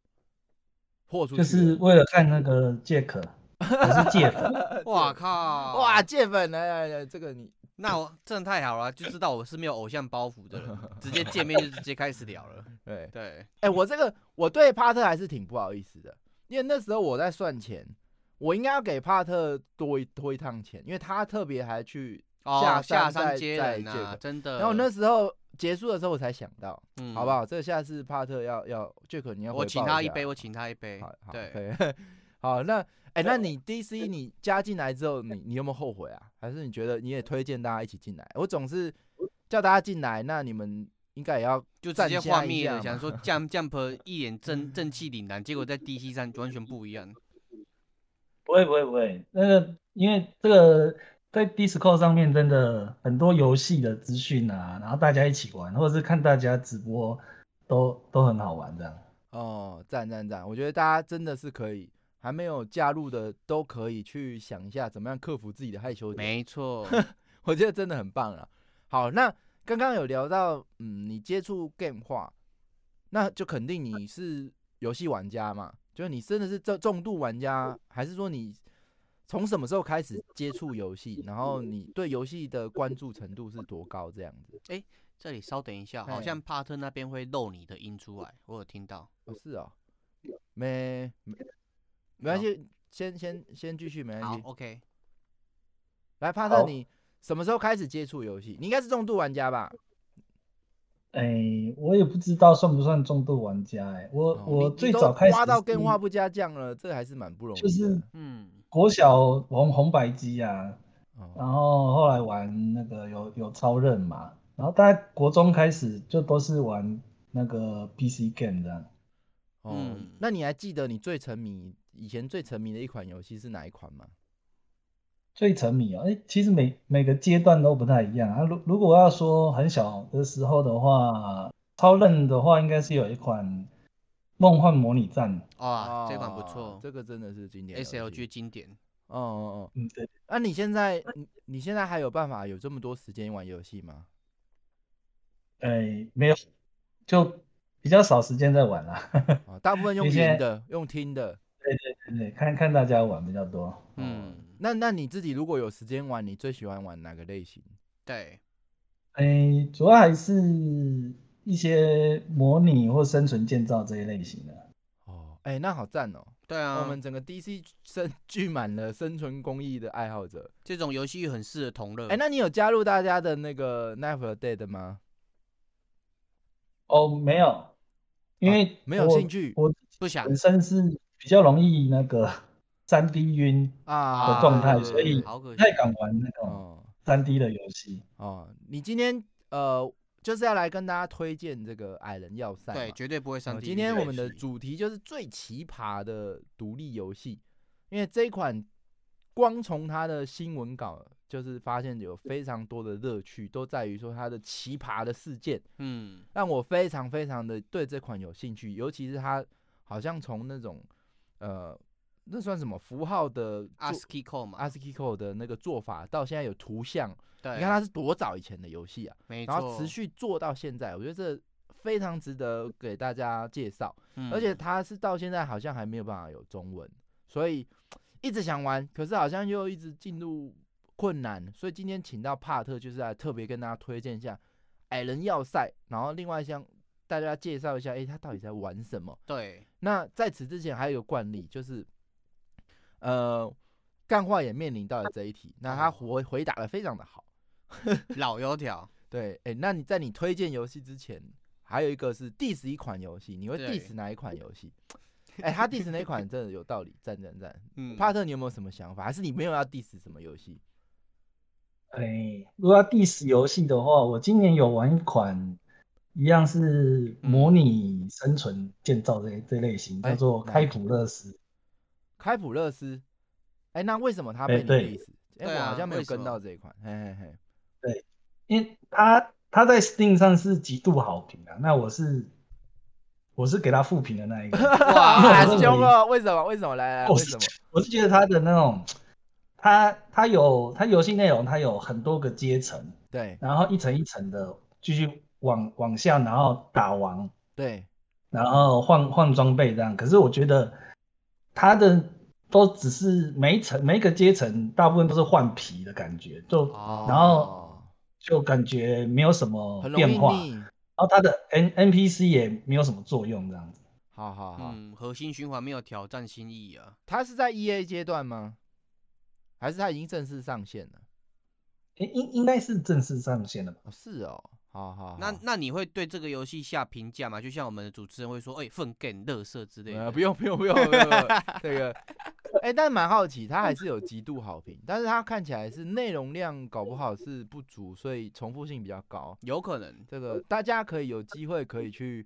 豁出去
就
了。
是为了看那个杰克，我是杰克，
哇靠！
哇，戒粉来来来，这个你
那我真的太好了，就知道我是没有偶像包袱的人，直接见面就直接开始聊了。
对，
对，
哎、我这个我对帕特还是挺不好意思的，因为那时候我在算钱，我应该要给帕特多一多一趟钱，因为他特别还去，下
哦，下
山再
山接人
再见
啊
个，
真的。
然后那时候结束的时候我才想到，
嗯
好不？好？这个下次帕特要要杰克你要
我
回
请
报
他一
下啊
杯，我请他一杯
好。好，
对，
可以 好，那哎、那你 DC 你加进来之后，你你有没有后悔啊？还是你觉得你也推荐大家一起进来？我总是叫大家进来，那你们应该也要
就直
站
接
下
幻
一
灭
下
了，想
嘛
说 Jump Jump 一脸正正气凛然，结果在 DC 上完全不一 样。
不会不会不会，那个因为这个在 Discord 上面真的很多游戏的资讯啊，然后大家一起玩，或者是看大家直播都都很好玩这样。
哦，赞赞赞！我觉得大家真的是可以，还没有加入的都可以去想一下怎么样克服自己的害羞点。
没错，
我觉得真的很棒了。好，那刚刚有聊到，嗯，你接触 game 化，那就肯定你是游戏玩家嘛，就是你真的是重重度玩家，还是说你从什么时候开始接触游戏，然后你对游戏的关注程度是多高这样子？
这里稍等一下，好
嘿
像帕特那边会漏你的音出来，我有听到。
哦，是哦，没没没关
好
系，先先先继续，没关
好
系。
，OK，
来，帕特，
好
你什么时候开始接触游戏？你应该是重度玩家吧？
哎，我也不知道算不算重度玩家哎，我
哦
我
你
最
你都
早开始
挖到
是
跟花不加酱了，这还是蛮不容易的。
就是
嗯，
国小红红白机啊，
哦
然后后来玩那个有有超任嘛，然后大概国中开始就都是玩那个 PC game 这样。
哦
嗯，
那你还记得你最沉迷以前最沉迷的一款游戏是哪一款吗？
最沉迷哦，哎，其实每每个阶段都不太一样啊。如如果要说很小的时候的话，超任的话应该是有一款《梦幻模拟战》，
哇，这款不
哦
错
这个真的是经典游戏。
，SLG 经典。
哦哦哦，
嗯，对，
那、你现在你你现在还有办法有这么多时间玩游戏吗？
哎，没有，就比较少时间在玩啦、
啊，大部分用
你现在
云的，用听的。哦
对对，看看大家玩比较多。
嗯，
那那你自己如果有时间玩，你最喜欢玩哪个类
哦
型？
对，
哎，主要还是一些模拟或生存建造这一类型的。
哦，哎、那好赞哦！
对啊，
我们整个 DC 生聚满了生存公益的爱好者。
这种游戏很适合同乐。
哎、那你有加入大家的那个 Never Dead 吗？
哦，没有，因为
啊没有
我
兴趣
我
不想
本身是比较容易那个 三 D 晕，
啊，
的状态
啊
所以
好可
不
惜
太敢玩那种
哦
三 D 的游戏。
哦，你今天呃就是要来跟大家推荐这个矮人要塞嘛。
对，绝对不会上
呃
帝。
今天我们的
主
主题就是最奇葩的独立游戏，因为这一款光从它的新闻稿就是发现有非常多的乐趣，都在于说它的奇葩的事件，
嗯，
让我非常非常的对这款有兴趣，尤其是它好像从那种呃那算什么符号的
阿
做
s k i call 嘛，
a s c i code 的那个做法，到现在有图像，
对，
啊你看它是多早以前的游戏啊，
哎没错，
然后持，续做到现在，我觉得这非常值得给大家介绍。
嗯、
而且它是到现在好像还没有办法有中文，所以一直想玩，可是好像又一直进入困难，所以今天请到帕特就是来特别跟大家推荐一下《矮人要塞》，然后另外向大家介绍一下，诶，他到底在玩什么？
对，
那在此之前还有一个惯例，就是呃，干话也面临到了这一题，那
嗯
他回回答的非常的好，
老油条，
对，诶，那你在你推荐游戏之前，还有一个是 diss 一款游戏，你会
对
diss 哪一款游戏？哎、他 diss 哪一款真的有道理，赞赞赞！
嗯，
帕特，你有没有什么想法？还是你没有要 diss 什么游戏？
哎，如果要 diss 游戏的话，我今年有玩一款，一样是模拟生存建造这这类型，
嗯哎
叫做
哪
开
一
普勒斯。
开普勒斯？哎、那为什么他
哎
被你
对
diss？哎、
对
我
啊
好像没有
为什
跟
么
到这一款。嘿嘿嘿，
因为它它在 Steam 上是极度好评啊，那我是我是给它负评的那一个，
哇，
啊
因为我
好
认
凶
为
哦！为什么？为什么？来来，
我
为
是
什 么？
我是觉得它的那种，它它有它游戏内容，它有很多个阶层，
对
然后一层一层的继续往往下，然后打王，
对，
然后换换装备这样。可是我觉得它的都只是每一层每一个阶层，大部分都是换皮的感觉，就
哦，
然后就感觉没有什么
很容易
变化。
腻。
然后它的 N NPC 也没有什么作用，这样子。
好好好，
嗯，核心循环没有挑战新意啊，
他是在 E A 阶段吗？还是他已经正式上线了？
诶应应该是正式上线了吧？
哦，是哦，好好好，
那那你会对这个游戏下评价吗？就像我们的主持人会说，哎、粪便、垃圾之类
呃，
的，
不用不用不用，不用 不用这个，哎、但蛮好奇，它还是有极度好评，但是它看起来是内容量搞不好是不足，所以重复性比较高。
有可能，
这个大家可以有机会可以去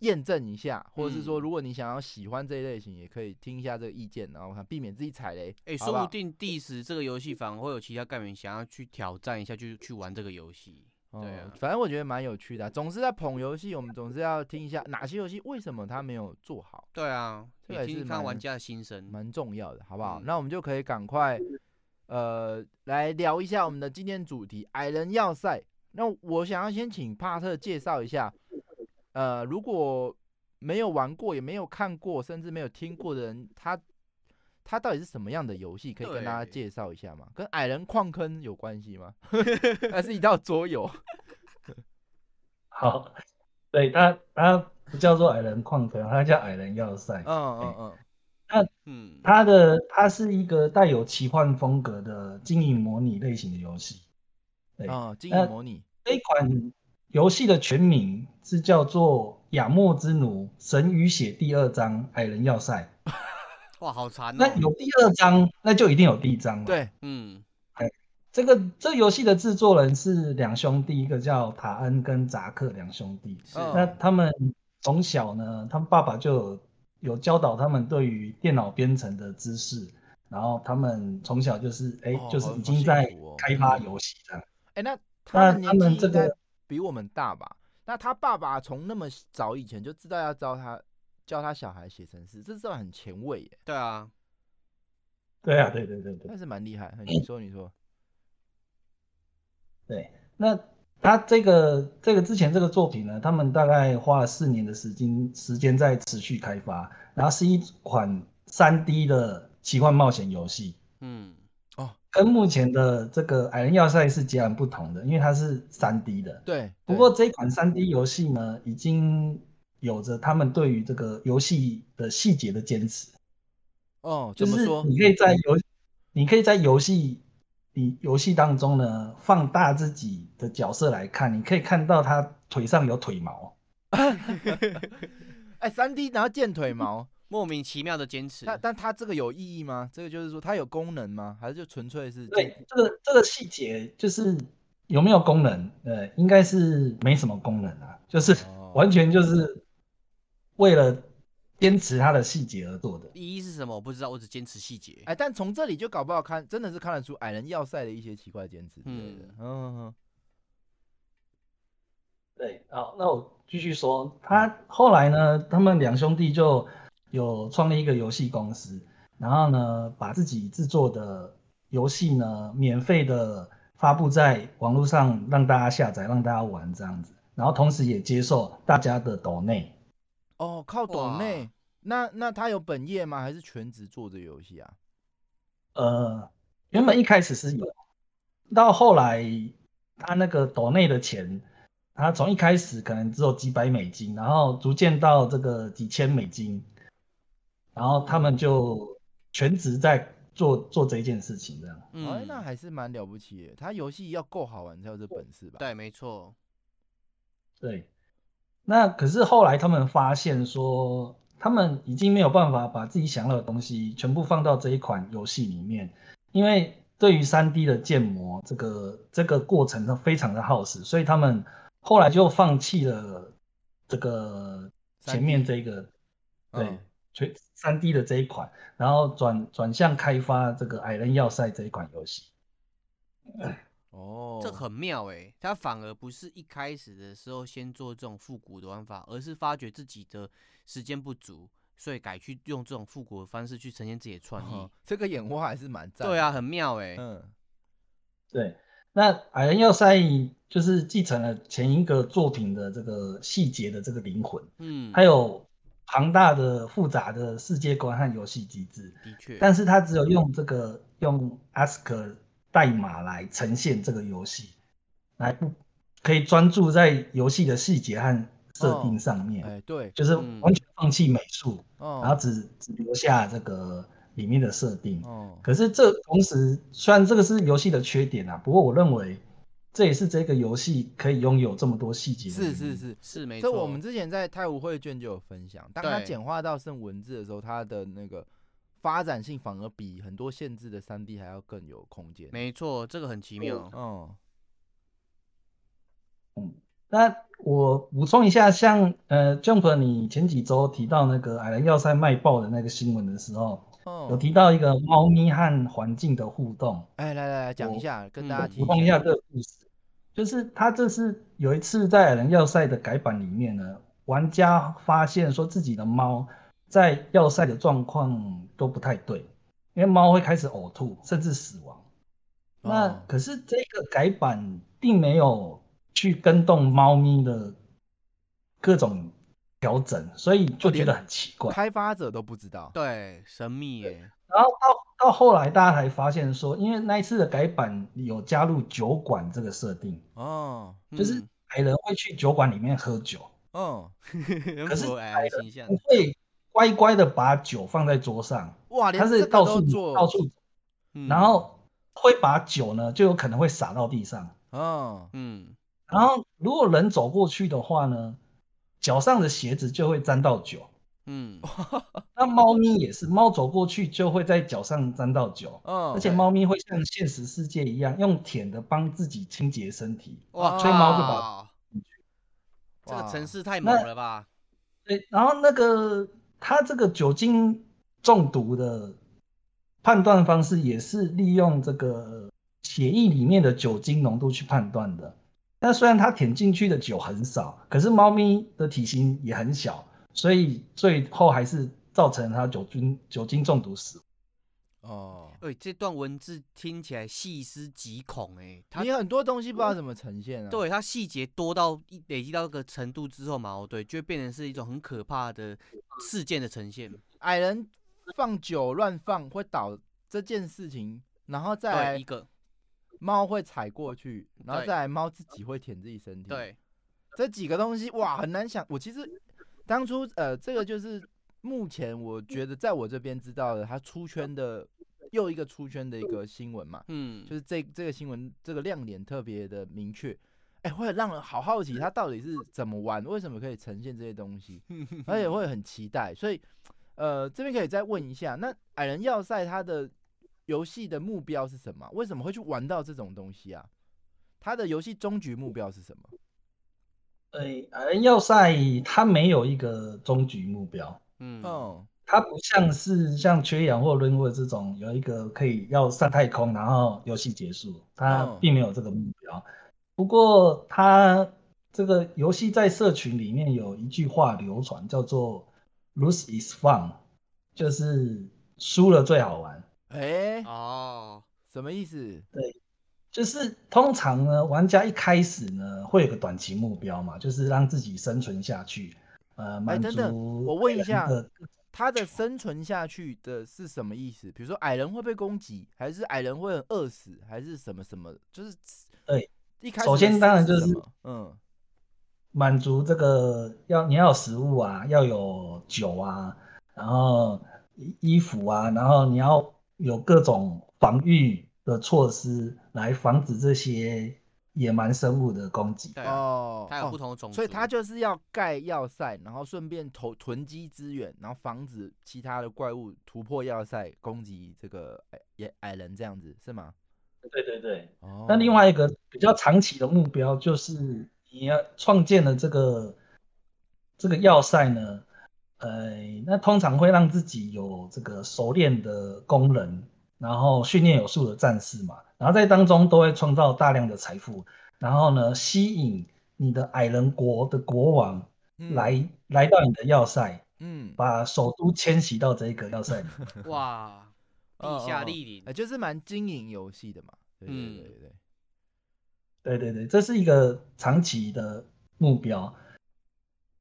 验证一下，或者是说，
嗯
如果你想要喜欢这一类型，也可以听一下这个意见，然后看避免自己踩雷。
哎、
好不
说
好
不定 diss 这个游戏反而会有其他干员想要去挑战一下，就去玩这个游戏。对
哦
啊，
反正我觉得蛮有趣的啊、总是在捧游戏，我们总是要听一下哪些游戏为什么它没有做好。
对啊，
这个也
也听
是
听看
蛮
玩家的心声。
蛮重要的，好不好？
嗯
那我们就可以赶快，呃，来聊一下我们的今天主题——矮人要塞。那我想要先请帕特介绍一下，呃，如果没有玩过、也没有看过，甚至没有听过的人，他他到底是什么样的游戏？可以跟大家
对
介绍一下吗？跟矮人矿坑有关系 吗？还是一道桌游？
好，对它它不叫做矮人矿坑，它叫矮人要塞。
嗯嗯嗯，
嗯，
它的它是一个带有奇幻风格的经营模拟类型的游戏。对
嗯，经营模拟。
这一款游戏的全名是叫做《亚莫之奴：神与血》第二章矮人要塞。
哇，好馋
那有
哦。
第二章，那就一定有第一章了。，
嗯对，
嗯，
这个这游戏的制作人是两兄弟，一个叫塔恩跟扎克两兄弟。
是
嗯
那他们从小呢，他们爸爸就有有教导他们对于电脑编程的知识，然后他们从小就是哎、
哦
就是
好
已
好
经
幸
在
福哦
开发游戏这样。
哎、那他的
那他
年
们
纪
这
应该
个
比我们大吧？那他爸爸从那么早以前就知道要教他教他小孩写程式，这算很前卫耶。
对啊，
对啊，对对对对
但是蛮厉 害。你说，你说，
对。那他这个这个之前这个作品呢，他们大概花了四年的时间时间在持续开发，然后是一款三 D 的奇幻冒险游戏，
嗯，
跟目前的这个《矮人要塞》是截然不同的，因为它是三 D 的。
对，
不
对
过这款三 D 游戏呢，已经有着他们对于这个游戏的细节的坚持，
哦，
就
怎么
是
说？
你可以在游，你可以在游戏，你游戏当中呢放大自己的角色来看，你可以看到他腿上有腿毛，
哎，三 D 然后见腿 毛，
莫名其妙的坚持，
它但它这个有意义吗？这个就是说它有功能吗？还是就纯粹是
对
见，
这个这个细节就是有没有功能？呃，应该是没什么功能啊，就是
哦
完全就是为了坚持它的细节而做的。
意义是什么？我不知道，我只坚持细节。
哎，但从这里就搞不好看，真的是看得出矮人要塞的一些奇怪坚持之类的。
嗯
嗯嗯，
对，好，那我继续说，他后来呢，他们两兄弟就有创立一个游戏公司，然后呢，把自己制作的游戏呢，免费的发布在网络上，让大家下载，让大家玩这样子，然后同时也接受大家的抖内。
哦，靠抖
哇
内。那那他有本业吗？还是全职做这个游戏啊？
呃，原本一开始是有，到后来他那个抖内的钱，他从一开始可能只有几百美金，然后逐渐到这个几千美金，然后他们就全职在做做这件事情，这样。
嗯，
哎，那还是蛮了不起的。他游戏要够好玩才有这本事吧？
对，没错。
对，那可是后来他们发现说，他们已经没有办法把自己想要的东西全部放到这一款游戏里面，因为对于三 D 的建模这个这个过程呢非常的耗时，所以他们后来就放弃了这个前面
3D
这个对
嗯，
全三 D 的这一款，然后转转向开发这个《矮人要塞》这一款游戏。
哦，
这很妙哎、他反而不是一开始的时候先做这种复古的玩法，而是发觉自己的时间不足，所以改去用这种复古的方式去呈现自己的创意。
哦 这个眼窝还是蛮赞。
对啊，，很妙哎、
嗯，
对，那矮人要塞就是继承了前一个作品的这个细节的这个灵魂，
嗯，
还有庞大的复杂的世界观和游戏机制，
的确，
但是它只有用这个用 ASC 代码来呈现这个游戏，来不可以专注在游戏的细节和设定上面，
哎，对，
就是
嗯
完全放弃美术，然后
哦，
只只留下这个里面的设定。
哦，
可是这同时，虽然这个是游戏的缺点啊，不过我认为这也是这个游戏可以拥有这么多细节的原
是
因。
是是，
是没
这
错。
我们之前在太湖会卷就有分享，当它
对
简化到剩文字的时候，它的那个发展性反而比很多限制的三 D 还要更有空间。
没错，这个很奇妙。
哦，
那我补充一下，像呃，Jump，你前几周提到那个矮人要塞卖爆的那个新闻的时候，有
哦，
提到一个猫咪和环境的互动，
哎，来来来讲一下，跟大家
嗯
提
补充一下
下，
这个故事，就是他这次有一次在矮人要塞的改版里面呢，玩家发现说自己的猫在要塞的状况都不太对，因为猫会开始呕吐，甚至死亡。那
哦
可是这个改版并没有去跟动猫咪的各种调整，所以就觉得很奇怪。
开发者都不知道。
对，神秘欸耶、
然后到到后来，大家才发现说，因为那一次的改版有加入酒馆这个设定，
哦，
就是
嗯
矮人会去酒馆里面喝酒，
嗯，
很
可是
符合哎形象
不。会乖乖的把酒放在桌上，
哇，连
他
这
是
个
到
都
处
做，
到处，
嗯
然后会把酒呢就有可能会洒到地上，
嗯，
嗯，
然后如果人走过去的话呢，脚上的鞋子就会沾到酒。
嗯，
那猫咪也是，猫走过去就会在脚上沾到酒，
嗯，
而且猫咪会像现实世界一样用舔的帮自己清洁身体。
哇，
吹毛就把
靠这个
哇
城市太猛
那
了吧？
对，然后那个它这个酒精中毒的判断方式也是利用这个血液里面的酒精浓度去判断的。但虽然它舔进去的酒很少，可是猫咪的体型也很小，所以最后还是造成它酒精酒精中毒死亡。
哦，
哎、这段文字听起来细思极恐哎、他
你很多东西不知道怎么呈现啊。，
对它细节多到一累积到一个程度之后嘛，哦对，就会变成是一种很可怕
嗯
的事件的呈现。
矮人放酒乱放会倒这件事情，然后再
对，
来
一个
猫会踩过去，然后
对
再来猫自己会舔自己身体。，
对
这几个东西哇很难想。我其实当初呃，这个就是目前我觉得在我这边知道的，它出圈的又一个出圈的一个新闻嘛，
嗯，
就是这这个新闻这个亮点特别的明确。哎，会让人好好奇它到底是怎么玩，为什么可以呈现这些东 西，而且会很期待。所以，呃，这边可以再问一下，那矮人要塞它的游戏的目标是什么？为什么会去玩到这种东西啊？它的游戏终局目标是什么？
对，呃，要塞它没有一个终局目标，
嗯
嗯，
它不像是像缺氧或轮回这种有一个可以要上太空，然后游戏结束，它
嗯
并没有这个目标。不过它这个游戏在社群里面有一句话流传，叫做 “lose is fun”，就是输了最好玩。
哎、
哦，
什么意思？
就是通常呢，玩家一开始呢会有个短期目标嘛，就是让自己生存下去，呃，满
等等哎
足
我问一下
人的
他的生存下去的是什么意思？比如说矮人会被攻击，还是矮人会很饿死，还是什么什么？就是
对，
一开始
首先
的
当然
死
就是
什么嗯，
满足这个要你要有食物啊，要有酒啊，然后衣衣服啊，然后你要有各种防御的措施来防止这些野蛮生物的攻击。
对啊，
哦，
它有不
哦
同的种族，
所以他就是要盖要塞，然后顺便投囤积资源，然后防止其他的怪物突破要塞攻击这个矮也矮人这样子是吗？
对对对，
哦，
那另外一个比较长期的目标就是你要创建了这个这个要塞呢，呃，那通常会让自己有这个熟练的工人，然后训练有素的战士嘛，然后在当中都会创造大量的财富，然后呢，吸引你的矮人国的国王
嗯
来、，来到你的要塞，
嗯，
把首都迁徙到这个要塞里。
哇，
哦
地下
哦
莅临
呃，就是蛮经营游戏的嘛，对对对
嗯
对对，
对对对，这是一个长期的目标。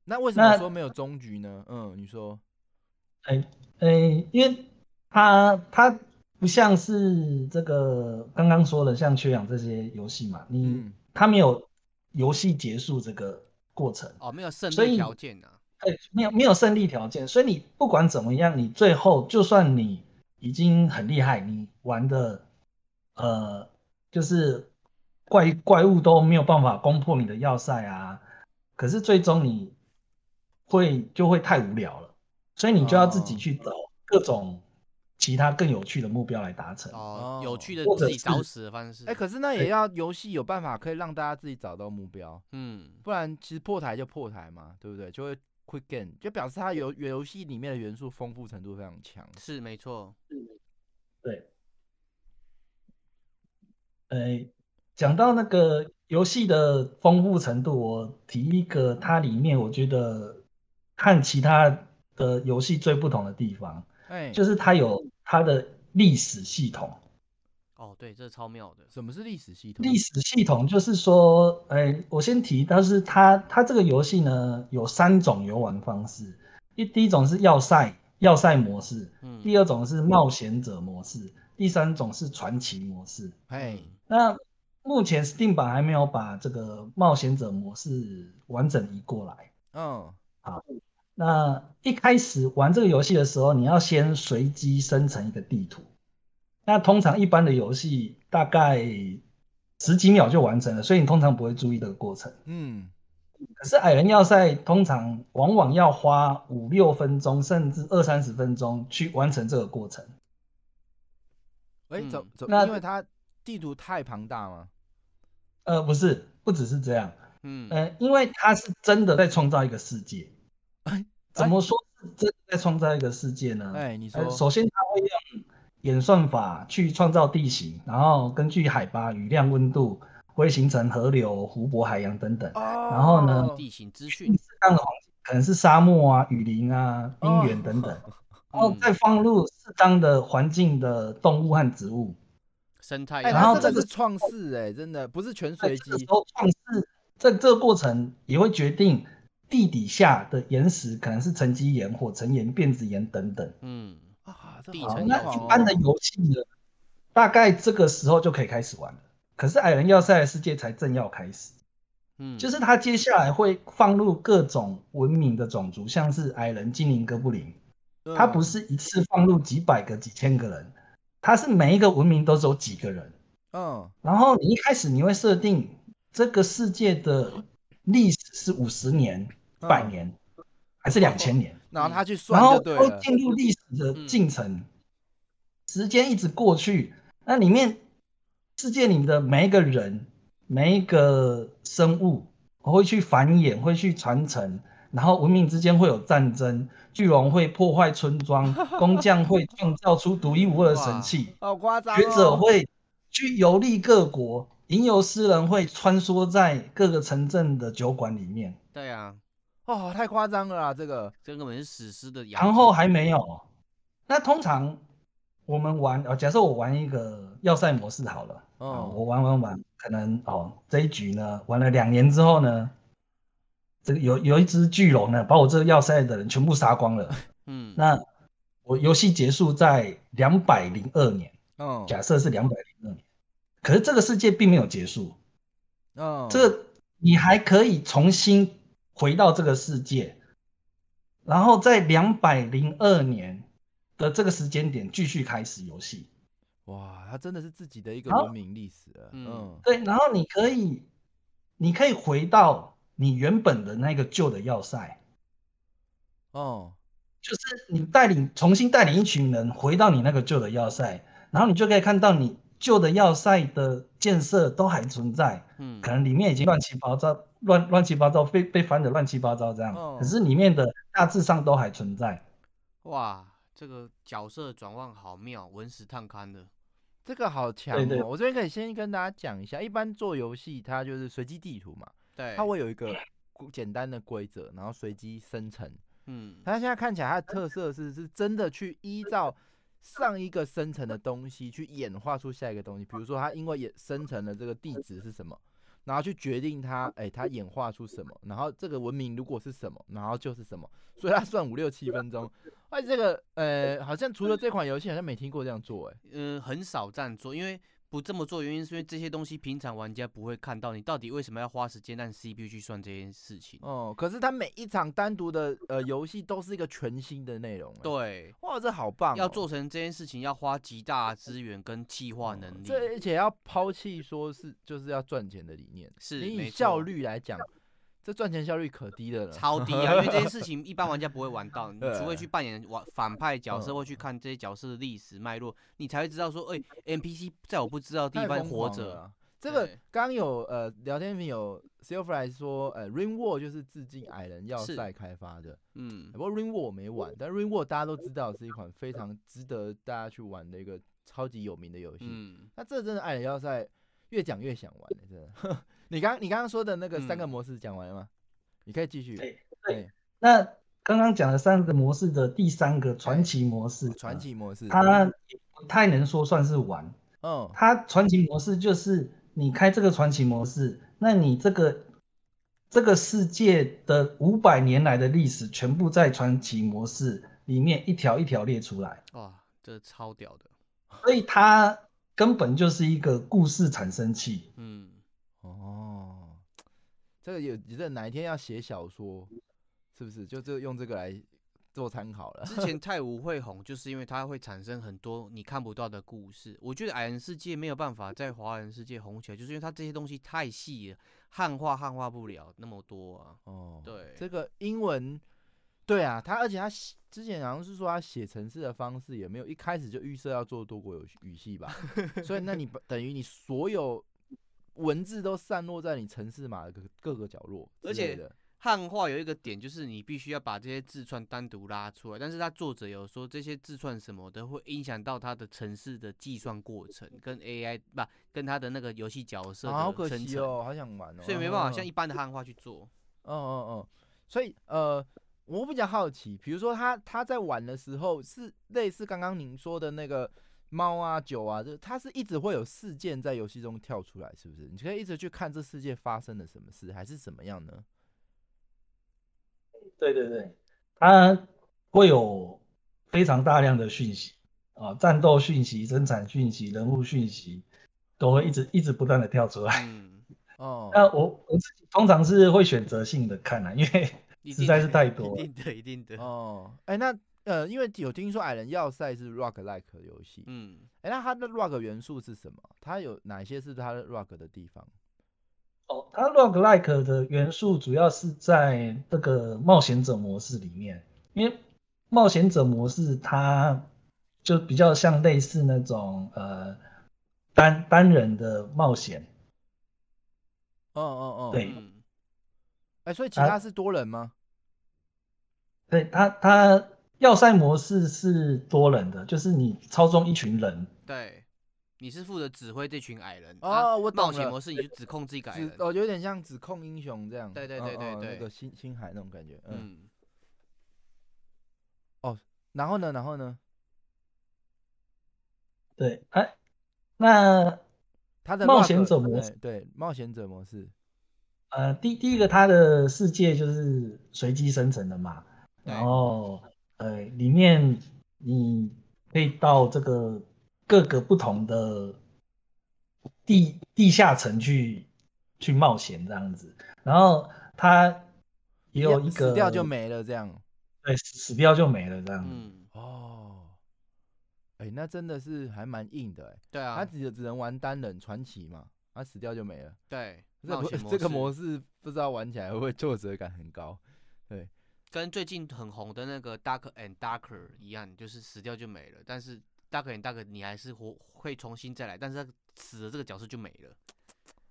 那为什么
那
说没有终局呢？嗯，你说，
诶，因为它它不像是这个刚刚说的像缺氧这些游戏嘛，你、
嗯
它没有游戏结束这个过程，
哦，没有胜
所
利
以
条件啊，
哎，没有没有胜利条件，所以你不管怎么样，你最后就算你已经很厉害，你玩的呃就是怪怪物都没有办法攻破你的要塞啊，可是最终你会就会太无聊了，所以你就要自己
哦
去找各种其他更有趣的目标来达成。
哦，有趣
哦
的
或者
自己找
是
死的方式，
哎、可是那也要游戏有办法可以让大家自己找到目标，
嗯，
不然其实破台就破台嘛，对不对？就会 quick game，就表示它游游戏里面的元素丰富程度非常强。
是没错，
对，呃，讲到那个游戏的丰富程度，我提一个，它里面我觉得和其他的游戏最不同的地方，
哎、
就是它有它的历史系统。
哦，对，这超妙的，
什么是历史系统？
历史系统就是说，哎，我先提，但是它它这个游戏呢有三种游玩方式，一第一种是要塞要塞模式，
嗯，
第二种是冒险者模式，第三种是传奇模式。
哎，
嗯
那目前 Steam 版还没有把这个冒险者模式完整移过来。
嗯，
那一开始玩这个游戏的时候，你要先随机生成一个地图。那通常一般的游戏大概十几秒就完成了，所以你通常不会注意这个过程。
嗯，
可是矮人要塞通常往往要花五六分钟，甚至二三十分钟去完成这个过程。
哎、
嗯
怎怎？
那
因为它地图太庞大吗？
呃，不是，不只是这样，
嗯，
呃，因为它是真的在创造一个世界。 怎么说是真的在创造一个世界呢？
哎、你说，
呃，首先它会用演算法去创造地形，然后根据海拔、雨量、温度，会形成河流、湖泊、海洋等等。
哦，
然后呢
地形资
适
讯，
哦
当的环境可能是沙漠啊、雨林啊、冰原等等。然
嗯
后再放入适当的环境的动物和植物。
生态，
哎，
然后
它
这
这个
个
是创世哎，真的不是全
在
随
这个
机
时，候创世，在这个过程也会决定地底下的岩石可能是沉积岩、火成岩、变质岩等等。
嗯，
啊，这
地
好
层
难
那
有
哦
一般的游戏呢，大概这个时候就可以开始玩了。可是《矮人要塞的世界》才正要开始，
嗯，
就是它接下来会放入各种文明的种族，像是矮人、精灵、哥布林。
哦
它
嗯
不是一次放入几百个、几千个人，它是每一个文明都只有几个人。
嗯
然后你一开始你会设定这个世界的历史是五十年、
嗯
百年，还是两千年，
然后他去
嗯然
算
后
就对
都
了，嗯
进入历史的进程，时间一直过去，那里面世界里的每一个人、每一个生物会去繁衍，会去传承。然后文明之间会有战争，巨龙会破坏村 庄，工匠会创造出独一无二的神器，
好夸张
学者
哦，
会去游历各国，吟游诗人会穿梭在各个城镇的酒馆里面，
对啊，
哦，太夸张了啦，这个，
这根本是史诗的养殖。
然后还没有。那通常我们玩，哦，假设我玩一个要塞模式好了，哦，
嗯
我玩玩玩，可能哦这一局呢玩了两年之后呢，这个有有一只巨龙呢把我这个要塞的人全部杀光了，
嗯，
那我游戏结束在两百零二年，
嗯
假设是两百零二年，可是这个世界并没有结束。
嗯，
这个你还可以重新回到这个世界，然后在两百零二年的这个时间点继续开始游戏。
哇，他真的是自己的一个
好
文明历史了，嗯
嗯
对，然后你可以，你可以回到你原本的那个旧的要塞，
哦，
就是你带领重新带领一群人回到你那个旧的要塞，然后你就可以看到你旧的要塞的建设都还存在，
嗯
可能里面已经乱七八糟、乱乱七八糟被被翻的乱七八糟这样，
哦
可是里面的大致上都还存在。
哇，这个角色转换好妙，文史探勘的。
这个好强
对
哦！我这边可以先跟大家讲一下，一般做游戏它就是随机地图嘛，
对，
它会有一个规简单的规则，然后随机生成。
嗯
它现在看起来它的特色是是真的去依照上一个生成的东西去演化出下一个东西，比如说它因为也生成了这个地址是什么，然后去决定它哎它演化出什么，然后这个文明如果是什么，然后就是什么，所以它算五六七分钟。哎，这个呃好像除了这款游戏好像没听过这样做哎、
呃，很少这样做，因为不这么做原因是因为这些东西平常玩家不会看到，你到底为什么要花时间让 CPU 去算这件事情？
哦，可是它每一场单独的呃游戏都是一个全新的内容、欸。，
对，
哇，这好棒哦、
要做成这件事情要花极大的资源跟计划能力。
哦这而且要抛弃说是就是要赚钱的理念，
是
你以
没
效
错
率来讲，这赚钱效率可低了了。
超低啊！因为这件事 情一般玩家不会玩到，你
对
除非去扮演玩反派角色，
嗯
或去看这些角色的历史脉络，你才会知道说，哎、n p c 在我不知道的地
太
方
疯
活
狂了
着。
啊。这个
对
刚有呃聊天群有 Silverfly 说，呃 Rain War 就是致敬矮人要
是
塞开发的，
嗯
不过 Rain War 我没玩，但 Rain War 大家都知道是一款非常值得大家去玩的一个超级有名的游戏。
嗯，
那这真的爱人要塞，越讲越想玩、欸，真的。 你刚你刚刚说的那个三个
嗯
模式讲完了吗？你可以继续。哎
对那刚刚讲的三个模式的第三个传奇模式，
哦传，奇模式，
它也不太能说算是玩，
嗯
它传奇模式就是你开这个传奇模式，那你这个这个世界的五百年来的历史全部在传奇模式里面一条一条列出来，
哇，这超屌的。
所以它根本就是一个故事产生器。
嗯，
哦，这个有你这哪一天要写小说，是不是？就就用这个来做参考了。
之前泰晤会红，就是因为它会产生很多你看不到的故事。我觉得矮人世界没有办法在华人世界红起来，就是因为它这些东西太细了，汉化汉化不了那么多啊。
哦，
对
这个英文，对啊，他而且他写之前好像是说他写程式的方式也没有一开始就预设要做多国有语系 吧，所以那你把等于你所有文字都散落在你城市码的各各个角落之
而且
类的，
汉化有一个点，就是你必须要把这些字串单独拉出来，但是它作者有说这些字串什么的会影响到它的城市的计算过程，跟 AI 不、跟它的那个游戏角色
啊好可
的生
惜
成，
哦，好想玩哦，
所以没办法
嗯
像一般的汉化去做。
嗯嗯嗯，所以呃，我比较好奇，比如说他他在玩的时候是类似刚刚您说的那个猫啊、酒啊，就它是一直会有事件在游戏中跳出来，是不是？你可以一直去看这世界发生了什么事，还是怎么样呢？
对对对，它会有非常大量的讯息啊，战斗讯息、生产讯息、人物讯息，都会一直一直不断的跳出来。
嗯，
哦，
那我我自己通常是会选择性的看啊，因为
一
实
定
在
的
是太多
一
了。
定的，一定的，
哦，哎、那呃，因为有听说矮人要塞是 rock like 的游戏，
嗯，
哎、那它的 rock 元素是什么？它有哪些是它的 rock 的地方？
哦，它 roguelike 的元素主要是在这个冒险者模式里面，因为冒险者模式它就比较像类似那种呃单单人的冒险，
哦哦哦，
对
嗯
哎、所以其
啊
他是多人吗？
对它它要塞模式是多人的，就是你操纵一群人，
对，你是负责指挥这群矮人。
哦
啊
我
冒
懂
险
了
模式你就指控自己矮
只
人。
哦，有点像指控英雄这样。
对对
嗯
对对
嗯
对
那个星星海那种感觉。嗯，
嗯，
然后呢，然后呢，
对，哎、那
他的
冒
rock-
险者模式
哎对冒险者模式。
呃，第第一个，它的世界就是随机生成的嘛，然
对
后呃，里面你可以到这个各个不同的地地下城去去冒险这样子，然后它也有一个
死掉就没了这
哦
样。
对死掉就没了这样子，
嗯，
哦，哎、那真的是还蛮硬的哎、
对
他
啊，
只只能玩单人传奇嘛，他死掉就没了。
对，
这
冒
不
险
这个模
模式
式不知道玩起来会不会挫折感很高。
跟最近很红的那个 Dark and Darker 一样，就是死掉就没了，但是 Dark and Darker 你还是活会重新再来，但是他死了这个角色就没了。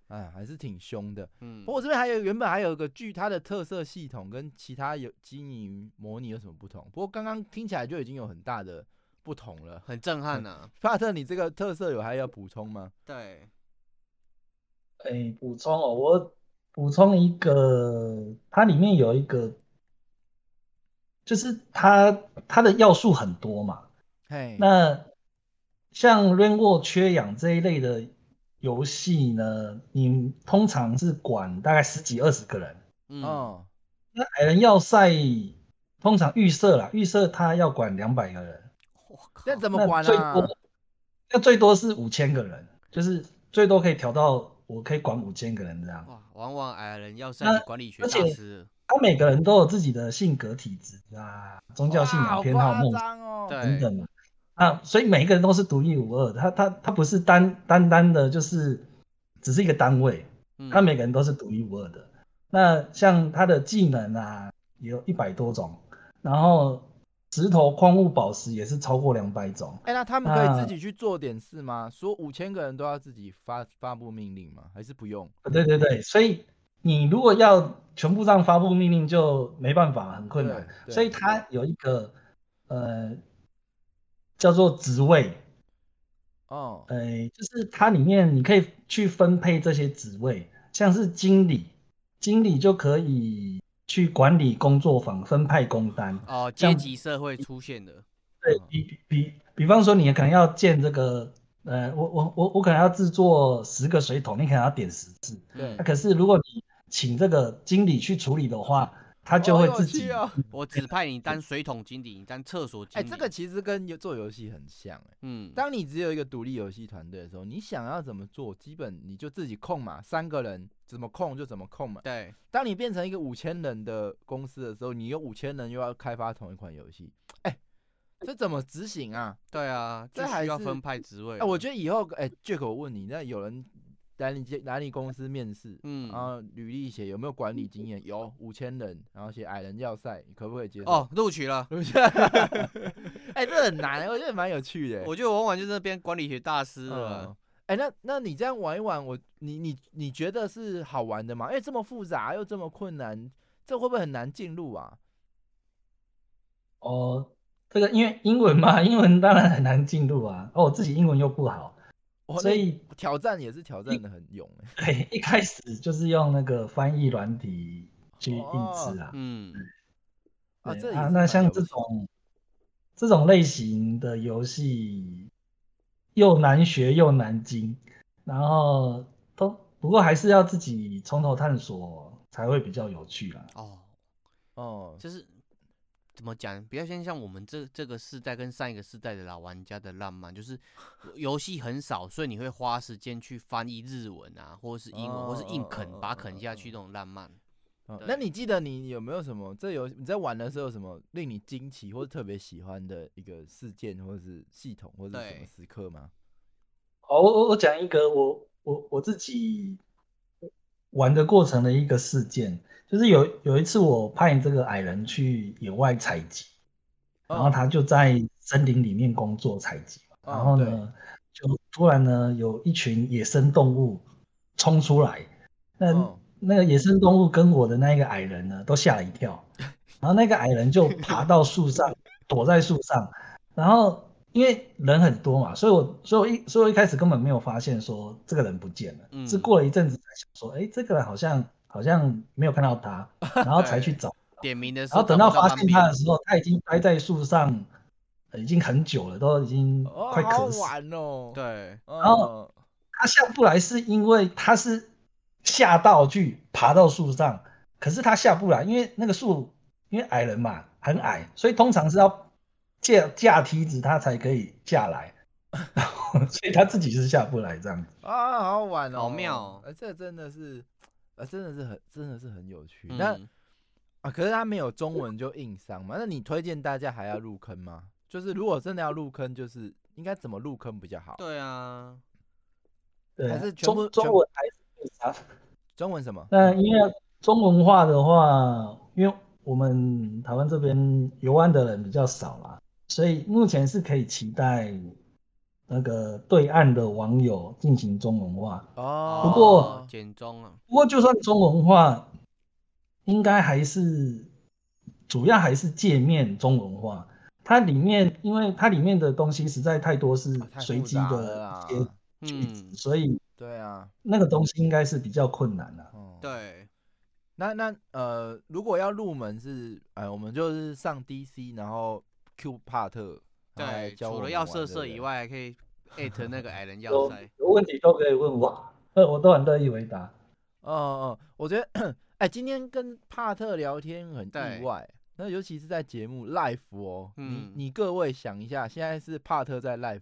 哎，还是挺凶的。
嗯
不，过我这边还有原本还有一个剧，它的特色系统跟其他有经营模拟有什么不同？不过刚刚听起来就已经有很大的不同了。
很震撼呐。
帕特，你这个特色有还要补充吗？
对，
哎，补充哦，我补充一个，它里面有一个，就是它它的要素很多嘛。
嘿，
那像 Rain War 缺氧这一类的游戏呢，你通常是管大概十几二十个人。
嗯，
哦，
那矮人要塞通常预设啦，预设他要管两百个人，
我靠，
那怎么
那
管
最
啊？
多那最多是五千个人，就是最多可以调到我可以管五千个人这样。
嗯哇，往往矮人要塞
那
你管理学
而
大
且
师了。
他每个人都有自己的性格、体质啊、宗教信
哇
仰、
好
偏好、
夸
梦想。
张哦。
对
等等嘛。啊，所以每一个人都是独一无二的，他他他不是单单单的，就是只是一个单位，
嗯
他每个人都是独一无二的。那像他的技能啊，也有一百多种，然后石头、矿物、宝石也是超过两百种。
哎、那他们可以自
那
己去做点事吗？说五千个人都要自己发发布命令吗？还是不用？
对对对，所以你如果要全部这样发布命令，就没办法，很困难。
对对
所以它有一个呃叫做职位，
哦，
呃，就是它里面你可以去分配这些职位，像是经理，经理就可以去管理工作坊，分派工单。
嗯
哦，
像
阶级社会出现的，
对比比比，比方说你可能要建这个，呃，我我我我可能要制作十个水桶，你可能要点十次。
对
嗯
那、可是如果你请这个经理去处理的话，他就
好
会
有
自
趣
己。
哦
我指派你当水桶经理，你当厕所经
哎、
理。
这个，其实跟游做游戏很像、哎。
嗯，
当你只有一个独立游戏团队的时候，你想要怎么做，基本你就自己控嘛，三个人怎么控就怎么控嘛。
对，
当你变成一个五千人的公司的时候，你有五千人又要开发同一款游戏，哎、这怎么执行啊？
对啊，
这
就
还
需要
是
分派职位
哎、
了。
我觉得以后，哎、j a c k 我问你，那有人来你接来你公司面试，
嗯
哦
然后履历写有没有管理经验？有五千人，然后写矮人要塞，你可不可以接受？
哦，录取了。
录取， 哎、这很难，我觉得蛮有趣的。欸
我觉得往往就是那边管理学大师
嗯
了。，
哎、那那你这样玩一玩，我你你你觉得是好玩的吗？因为这么复杂又这么困难，这会不会很难进入啊？
哦，这个因为英文嘛， 英文当然很难进入啊。哦，我自己英文又不好，
哇
所
那
以
挑战也是挑战的很勇 哎、
对，一开始就是用那个翻译软体去印制啊。
嗯，
哦嗯啊，
对
这也
啊，
是
那
蛮
像
有
这
趣
种这种类型的游戏，又难学又难精，然后都不过还是要自己从头探索才会比较有趣啊啦。
哦，
哦，
就是怎么讲，比较先像我们这这个世代跟上一个世代的老玩家的浪漫，就是游戏很少，所以你会花时间去翻译日文啊，或者是英文，或是硬啃
哦哦哦
把它
哦
啃
哦
下
哦
去那种浪漫。
哦
对
那你记得你有没有什么这游你在玩的时候有什么令你惊奇或者特别喜欢的一个事件，或者是系统，或者是什么
对
时刻吗？
好，我我我讲一个我我我自己玩的过程的一个事件，就是有有一次我派这个矮人去野外采集，然后
哦
他就在森林里面工作采集嘛，
哦
然后呢，就突然呢有一群野生动物冲出来，那、
哦
那个野生动物跟我的那个矮人呢都吓了一跳，然后那个矮人就爬到树上，躲在树上，然后因为人很多嘛，所以我所以我一所以我一开始根本没有发现说这个人不见了，
嗯
是过了一阵子才想说，哎，这个人好像好像没有看到他，然后才去找。
点名的时
然
候
后等
找
到
不
发
半
现
边
他的时候，他已经待在树上，呃已经很久了，都已经
哦，
快
好
渴死。
玩哦。，
对，
哦，
他下不来是因为他是下到去爬到树上，可是他下不来，因为那个树因为矮人嘛，很矮，所以通常是要架架梯子他才可以下来，然后所以他自己是下不来这样子。
啊，好好玩哦，
好妙哦
呃，这真的是，呃，真的是很，真的是很有趣。
嗯
那啊，可是他没有中文就硬伤嘛？那你推荐大家还要入坑吗？就是如果真的要入坑，就是应该怎么入坑比较好？
对啊，
对，啊
还是全部
中中
全
文还是啥？
中文什么？
那因为中文化的话，因为我们台湾这边游玩的人比较少啦，所以目前是可以期待那个对岸的网友进行中文化。
哦，
不过
哦简中啊，
不过，就算中文化，应该还是主要还是界面中文化。它里面，因为它里面的东西实在太多是
啊太
随
复
机
杂了
的
啦
一些句子，
嗯，
所以
对啊，
那个东西应该是比较困难的、啊
哦，。
对，
那那呃，如果要入门是，呃，我们就是上 DC，然后 Q 帕特，然后来
对，
教我
除了
们
要
玩
色色以，外，还 可以艾特那个矮人要
有
塞。
有问题都可以问我， 呃，我都很乐意回答。
对不对哦哦，我觉得，哎，今天跟帕特聊天很
对
意外，那尤其是在节目 live 哦，
嗯
你你各位想一下，现在是帕特在 live，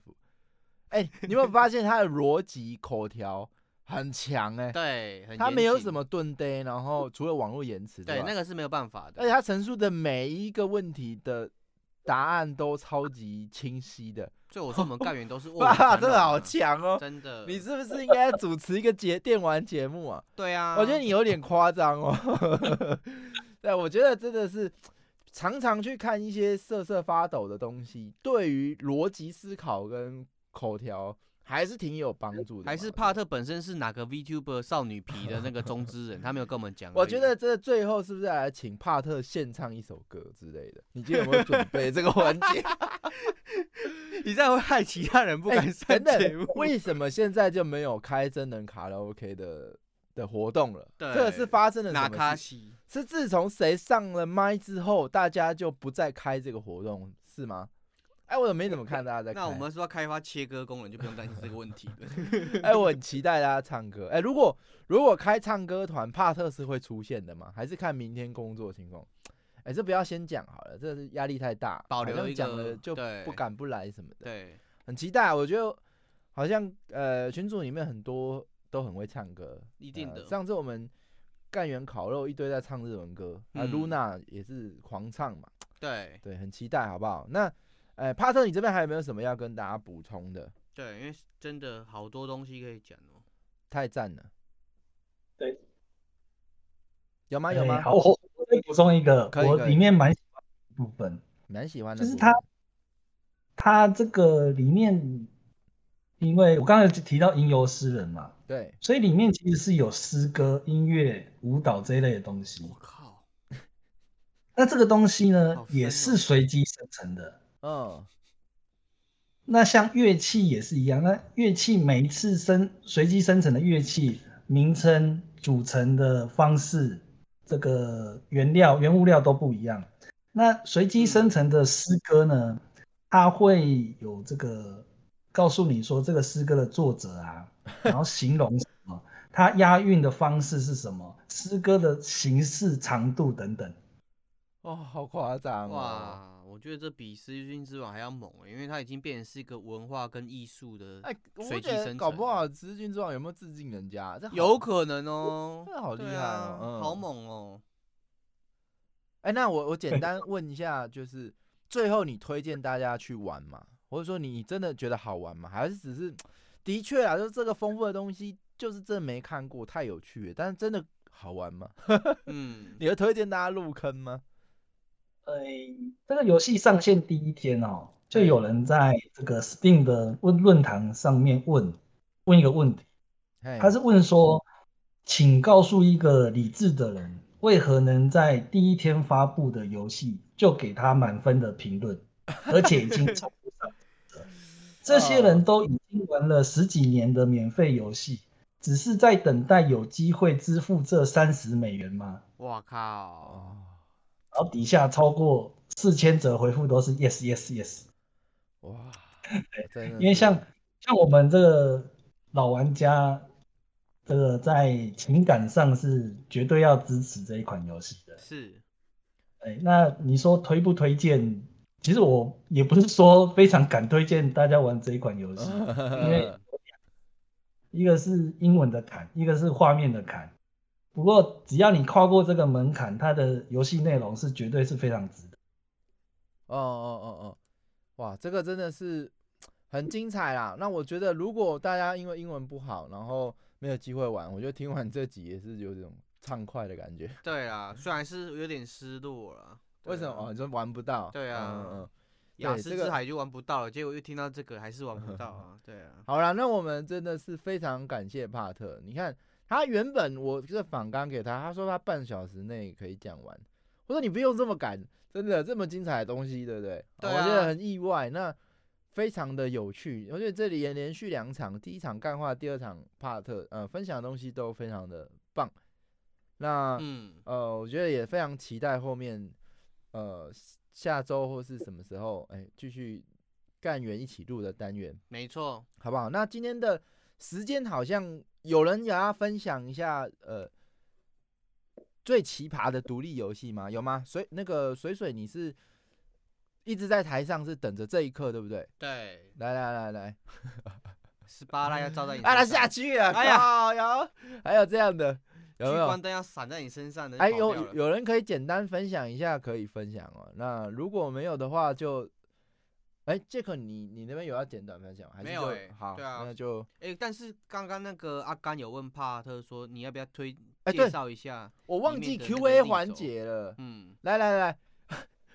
哎，你有没有发现他的逻辑口条很强哎、
对，很
他
严
没有
谨
什么啊顿呆，然后除了网络延迟之
对，
外
那个是没有办法的。
而且他陈述的每一个问题的答案都超级清晰的，
所以我说我们干员 都是卧虎
哇，
藏
真的
龙
好
啊
强哦！
真的。
你是不是应该主持一个节电玩节目啊？
对啊，
我觉得你有点夸张哦。 对，我觉得真的是常常去看一些瑟瑟发抖的东西，对于逻辑思考跟口条还是挺有帮助的嘛。
还是帕特本身是哪个 VTuber 少女皮的那个中之人，他没有跟我们讲而已。
我觉得这最后是不是来请帕特献唱一首歌之类的？你今天有没有准备这个环节？
你这样会害其他人不
哎
敢上
等等
节目。
为什么现在就没有开真人卡拉 OK 的的活动了？
对
这个是发生了
纳
什
卡
么事？
西？
是自从谁上了麦之后，大家就不再开这个活动，是吗？哎，我也没怎么看大家在开。
那我们说要开发切割功能，就不用担心这个问题了。
哎，我很期待大家唱歌。哎，如果如果开唱歌团，帕特是会出现的吗？还是看明天工作情况？哎，这不要先讲好了，这是压力太大，
保
好
留
像
一
讲
个
了就
对
不敢不来什么的。
对，
很期待啊。我觉得好像呃群组里面很多都很会唱歌，
一定
呃
的。
上次我们干员烤肉一堆在唱日文歌，啊、
嗯
l u n a 也是狂唱嘛，
对
对，很期待好不好？那呃帕特，你这边还有没有什么要跟大家补充的？
对，因为真的好多东西可以讲哦。
太赞了，
对，
有吗？啊有
哎
吗？
好，我我再补充一个，
可以
我
可以
里面蛮喜欢的部分，
蛮喜欢的
就
部
是
分，
它它这个里面，因为我刚才有提到吟游诗人嘛，
对，
所以里面其实是有诗歌、音乐、舞蹈这一类的东西
我。靠，
那这个东西呢，
好深哦
也是随机生成的。
嗯，
那像乐器也是一样，那乐器每一次生随机生成的乐器名称、组成的方式、这个原料、原物料都不一样。那随机生成的诗歌呢，它会有这个告诉你说这个诗歌的作者啊，然后形容什么，它押韵的方式是什么，诗歌的形式、长度等等。
哦，好夸张哦！
哇，我觉得这比《失君之王》还要猛欸，因为它已经变成是一个文化跟艺术的
哎，我
随机
觉得
生
搞
成
不
了
好《知君之王》有没有致敬人家？这好
有可能哦，
这好厉
对
害哦
啊，
嗯
好猛哦！
哎、那我我简单问一下，就是最后你推荐大家去玩吗？或者说你真的觉得好玩吗？还是只是的确啊，就是这个丰富的东西，就是真的没看过，太有趣了，但是真的好玩吗？
嗯，
你会推荐大家入坑吗？
呃，这个游戏上线第一天哦，就有人在这个 Steam 的问论坛上面问问一个问题，
嘿
他是问说，请告诉一个理智的人，为何能在第一天发布的游戏就给他满分的评论，而且已经超乎上限了。这些人都已经玩了十几年的免费游戏，只是在等待有机会支付这三十美元吗？
哇靠！
哦，
然后底下超过四千则回复都是 yes yes yes，
哇，真的
嗯
因为
是
像像我们这个老玩家，这个在情感上是绝对要支持这一款游戏的。
是，
哎，那你说推不推荐？其实我也不是说非常敢推荐大家玩这一款游戏，
啊
因为一个是英文的坎，一个是画面的坎。不过只要你跨过这个门槛，它的游戏内容是绝对是非常值得。
哦哦哦哦，哇，这个真的是很精彩啦！那我觉得，如果大家因为英文不好，然后没有机会玩，我觉得听完这集也是有种畅快的感觉。
对啦，虽然是有点失落了。对
为什么？
啊
哦，你说玩不到？
对
嗯
啊
嗯嗯
雅
对
思
这个
之海就玩不到了，结果又听到这个还是玩不到 啊！对啊，
好啦，那我们真的是非常感谢帕特。你看，他原本我这访纲给他，他说他半小时内可以讲完。我说你不用这么赶，真的这么精彩的东西，对不对？
对
我觉得
啊
很意外，那非常的有趣。而且这里也连续两场，第一场干话，第二场帕特，呃，分享的东西都非常的棒。那、
嗯，
呃，我觉得也非常期待后面，呃，下周或是什么时候，哎，继续干员一起录的单元。
没错，
好不好？那今天的时间好像有人要分享一下，呃，最奇葩的独立游戏吗？有吗？水那个水水，你是一直在台上是等着这一刻，对不对？
对，
来来来来，
十八拉要照在你身
啊，
上，
他下去了，
哎
哎
呀
呀，有还有这样的，有没
聚光
有？
灯要闪在你身上的，
哎，
跑掉
有
了
有人可以简单分享一下，可以分享哦。那如果没有的话就，哎杰克，你你那边有要简短分享吗？还是
没有
就
哎
好，
对啊
那就
哎、但是刚刚那个阿甘有问帕特说，你要不要推、
哎对
介绍一下？
我忘记
里面的那
Q&A
个例子
环
哦
节了。
嗯，
来来来，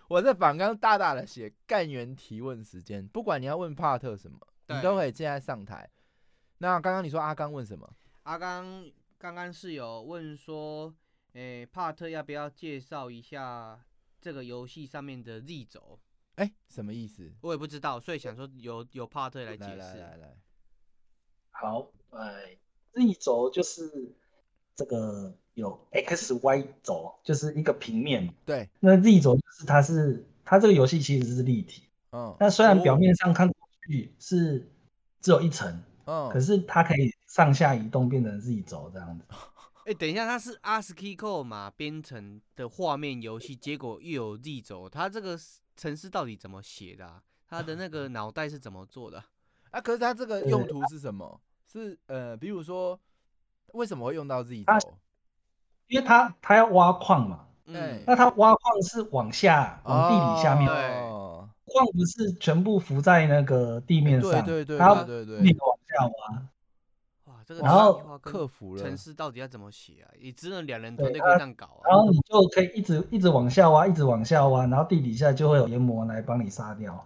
我在反纲大大的写干员提问时间，不管你要问帕特什么，你
对
都可以现在上台。那刚刚你说阿刚问什么？
阿刚刚刚是有问说，哎、帕特要不要介绍一下这个游戏上面的 Z 轴？
哎、什么意思？
我也不知道，所以想说由由帕特来解
来
释。
来来来，
好，哎，一轴就是这个有 X、Y 轴，就是一个平面嘛。
对，
那 Z 轴就是它是它这个游戏其实是立体，
嗯
那虽然表
哦
面上看过去是只有一层，
嗯，
可是它可以上下移动变成 Z 轴这样子。
哎、等一下，它是 ASCII code 码编程的画面游戏，结果又有 Z 轴，它这个程式到底怎么写的、啊？它的 那个脑袋是怎么做的啊？
啊，可是它这个用途是什么？是呃，比如说为什么会用到 Z
它
轴？
因为它它要挖矿嘛，
嗯，
那它挖矿是往下往地底下面，
对
哦
矿不是全部浮在那个地面上，
对对对
它要
对对
地
对，
往下挖。
哇，这个
然后
克
克服了
嗯
城。市到底要怎么写啊？也只能两人
对
团队可以这样搞
然
啊。
后你就可以一直一直往下挖，一直往下挖，然后地底下就会有研磨来帮你杀掉。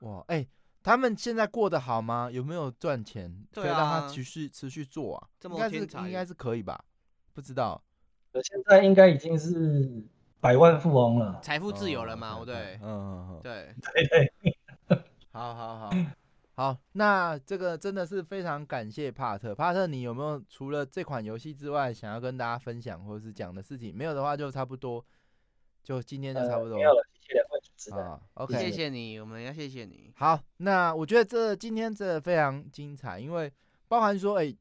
哇，哎、他们现在过得好吗？有没有赚钱？
对
可以让他
啊
持续持续做啊？
这
应
么
该是
天才
应该是可以吧？不知道，
我现在应该已经是百万富翁了。
财富自由了嘛？
哦
对
嗯嗯嗯，
对，
好好 好好，那这个真的是非常感谢帕特。帕特，你有没有除了这款游戏之外，想要跟大家分享或者是讲的事情？没有的话就差不多。就今天就
呃
差不多
没有了，谢谢两位主持人。
啊。OK，
谢谢你，我们要谢谢你。
好，那我觉得这今天这非常精彩，因为包含说，哎、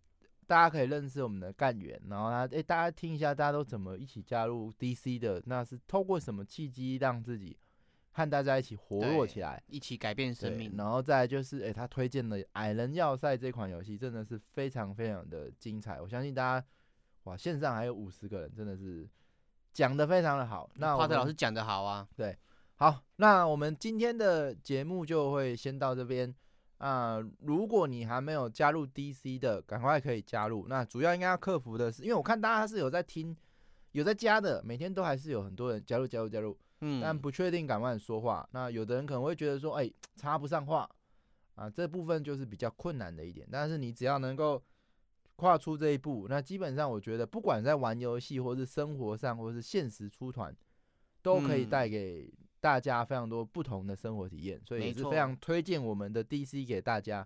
大家可以认识我们的干员，然后他，哎、大家听一下，大家都怎么一起加入 DC 的？那是透过什么契机让自己和大家一起活络起
对
来？
一起改变生
对
命。
然后再来就是，哎、他推荐的《矮人要塞》这款游戏真的是非常非常的精彩，我相信大家，哇，线上还有五十个人，真的是讲的非常的好。那我
帕特老
们
师讲的好啊，
好，那我们今天的节目就会先到这边。啊、如果你还没有加入 DC 的，赶快可以加入。那主要应该要克服的是，因为我看大家是有在听，有在加的，每天都还是有很多人加入加入加入，
嗯，
但不确定敢不敢说话。那有的人可能会觉得说，哎、插不上话啊，这部分就是比较困难的一点。但是你只要能够跨出这一步，那基本上我觉得，不管在玩游戏，或是生活上，或是现实出团，都可以
嗯
带给大家非常多不同的生活体验。所以也
没
是
错
非常推荐我们的 DC 给大家。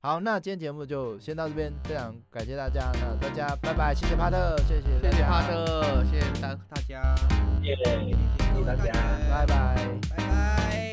好，那今天节目就先到这边，非常感谢大家，那大家拜拜，谢谢帕特，谢谢大
谢谢
家
帕，特，谢谢大大家，
耶
谢谢各位
大家
干员
拜拜。
拜拜。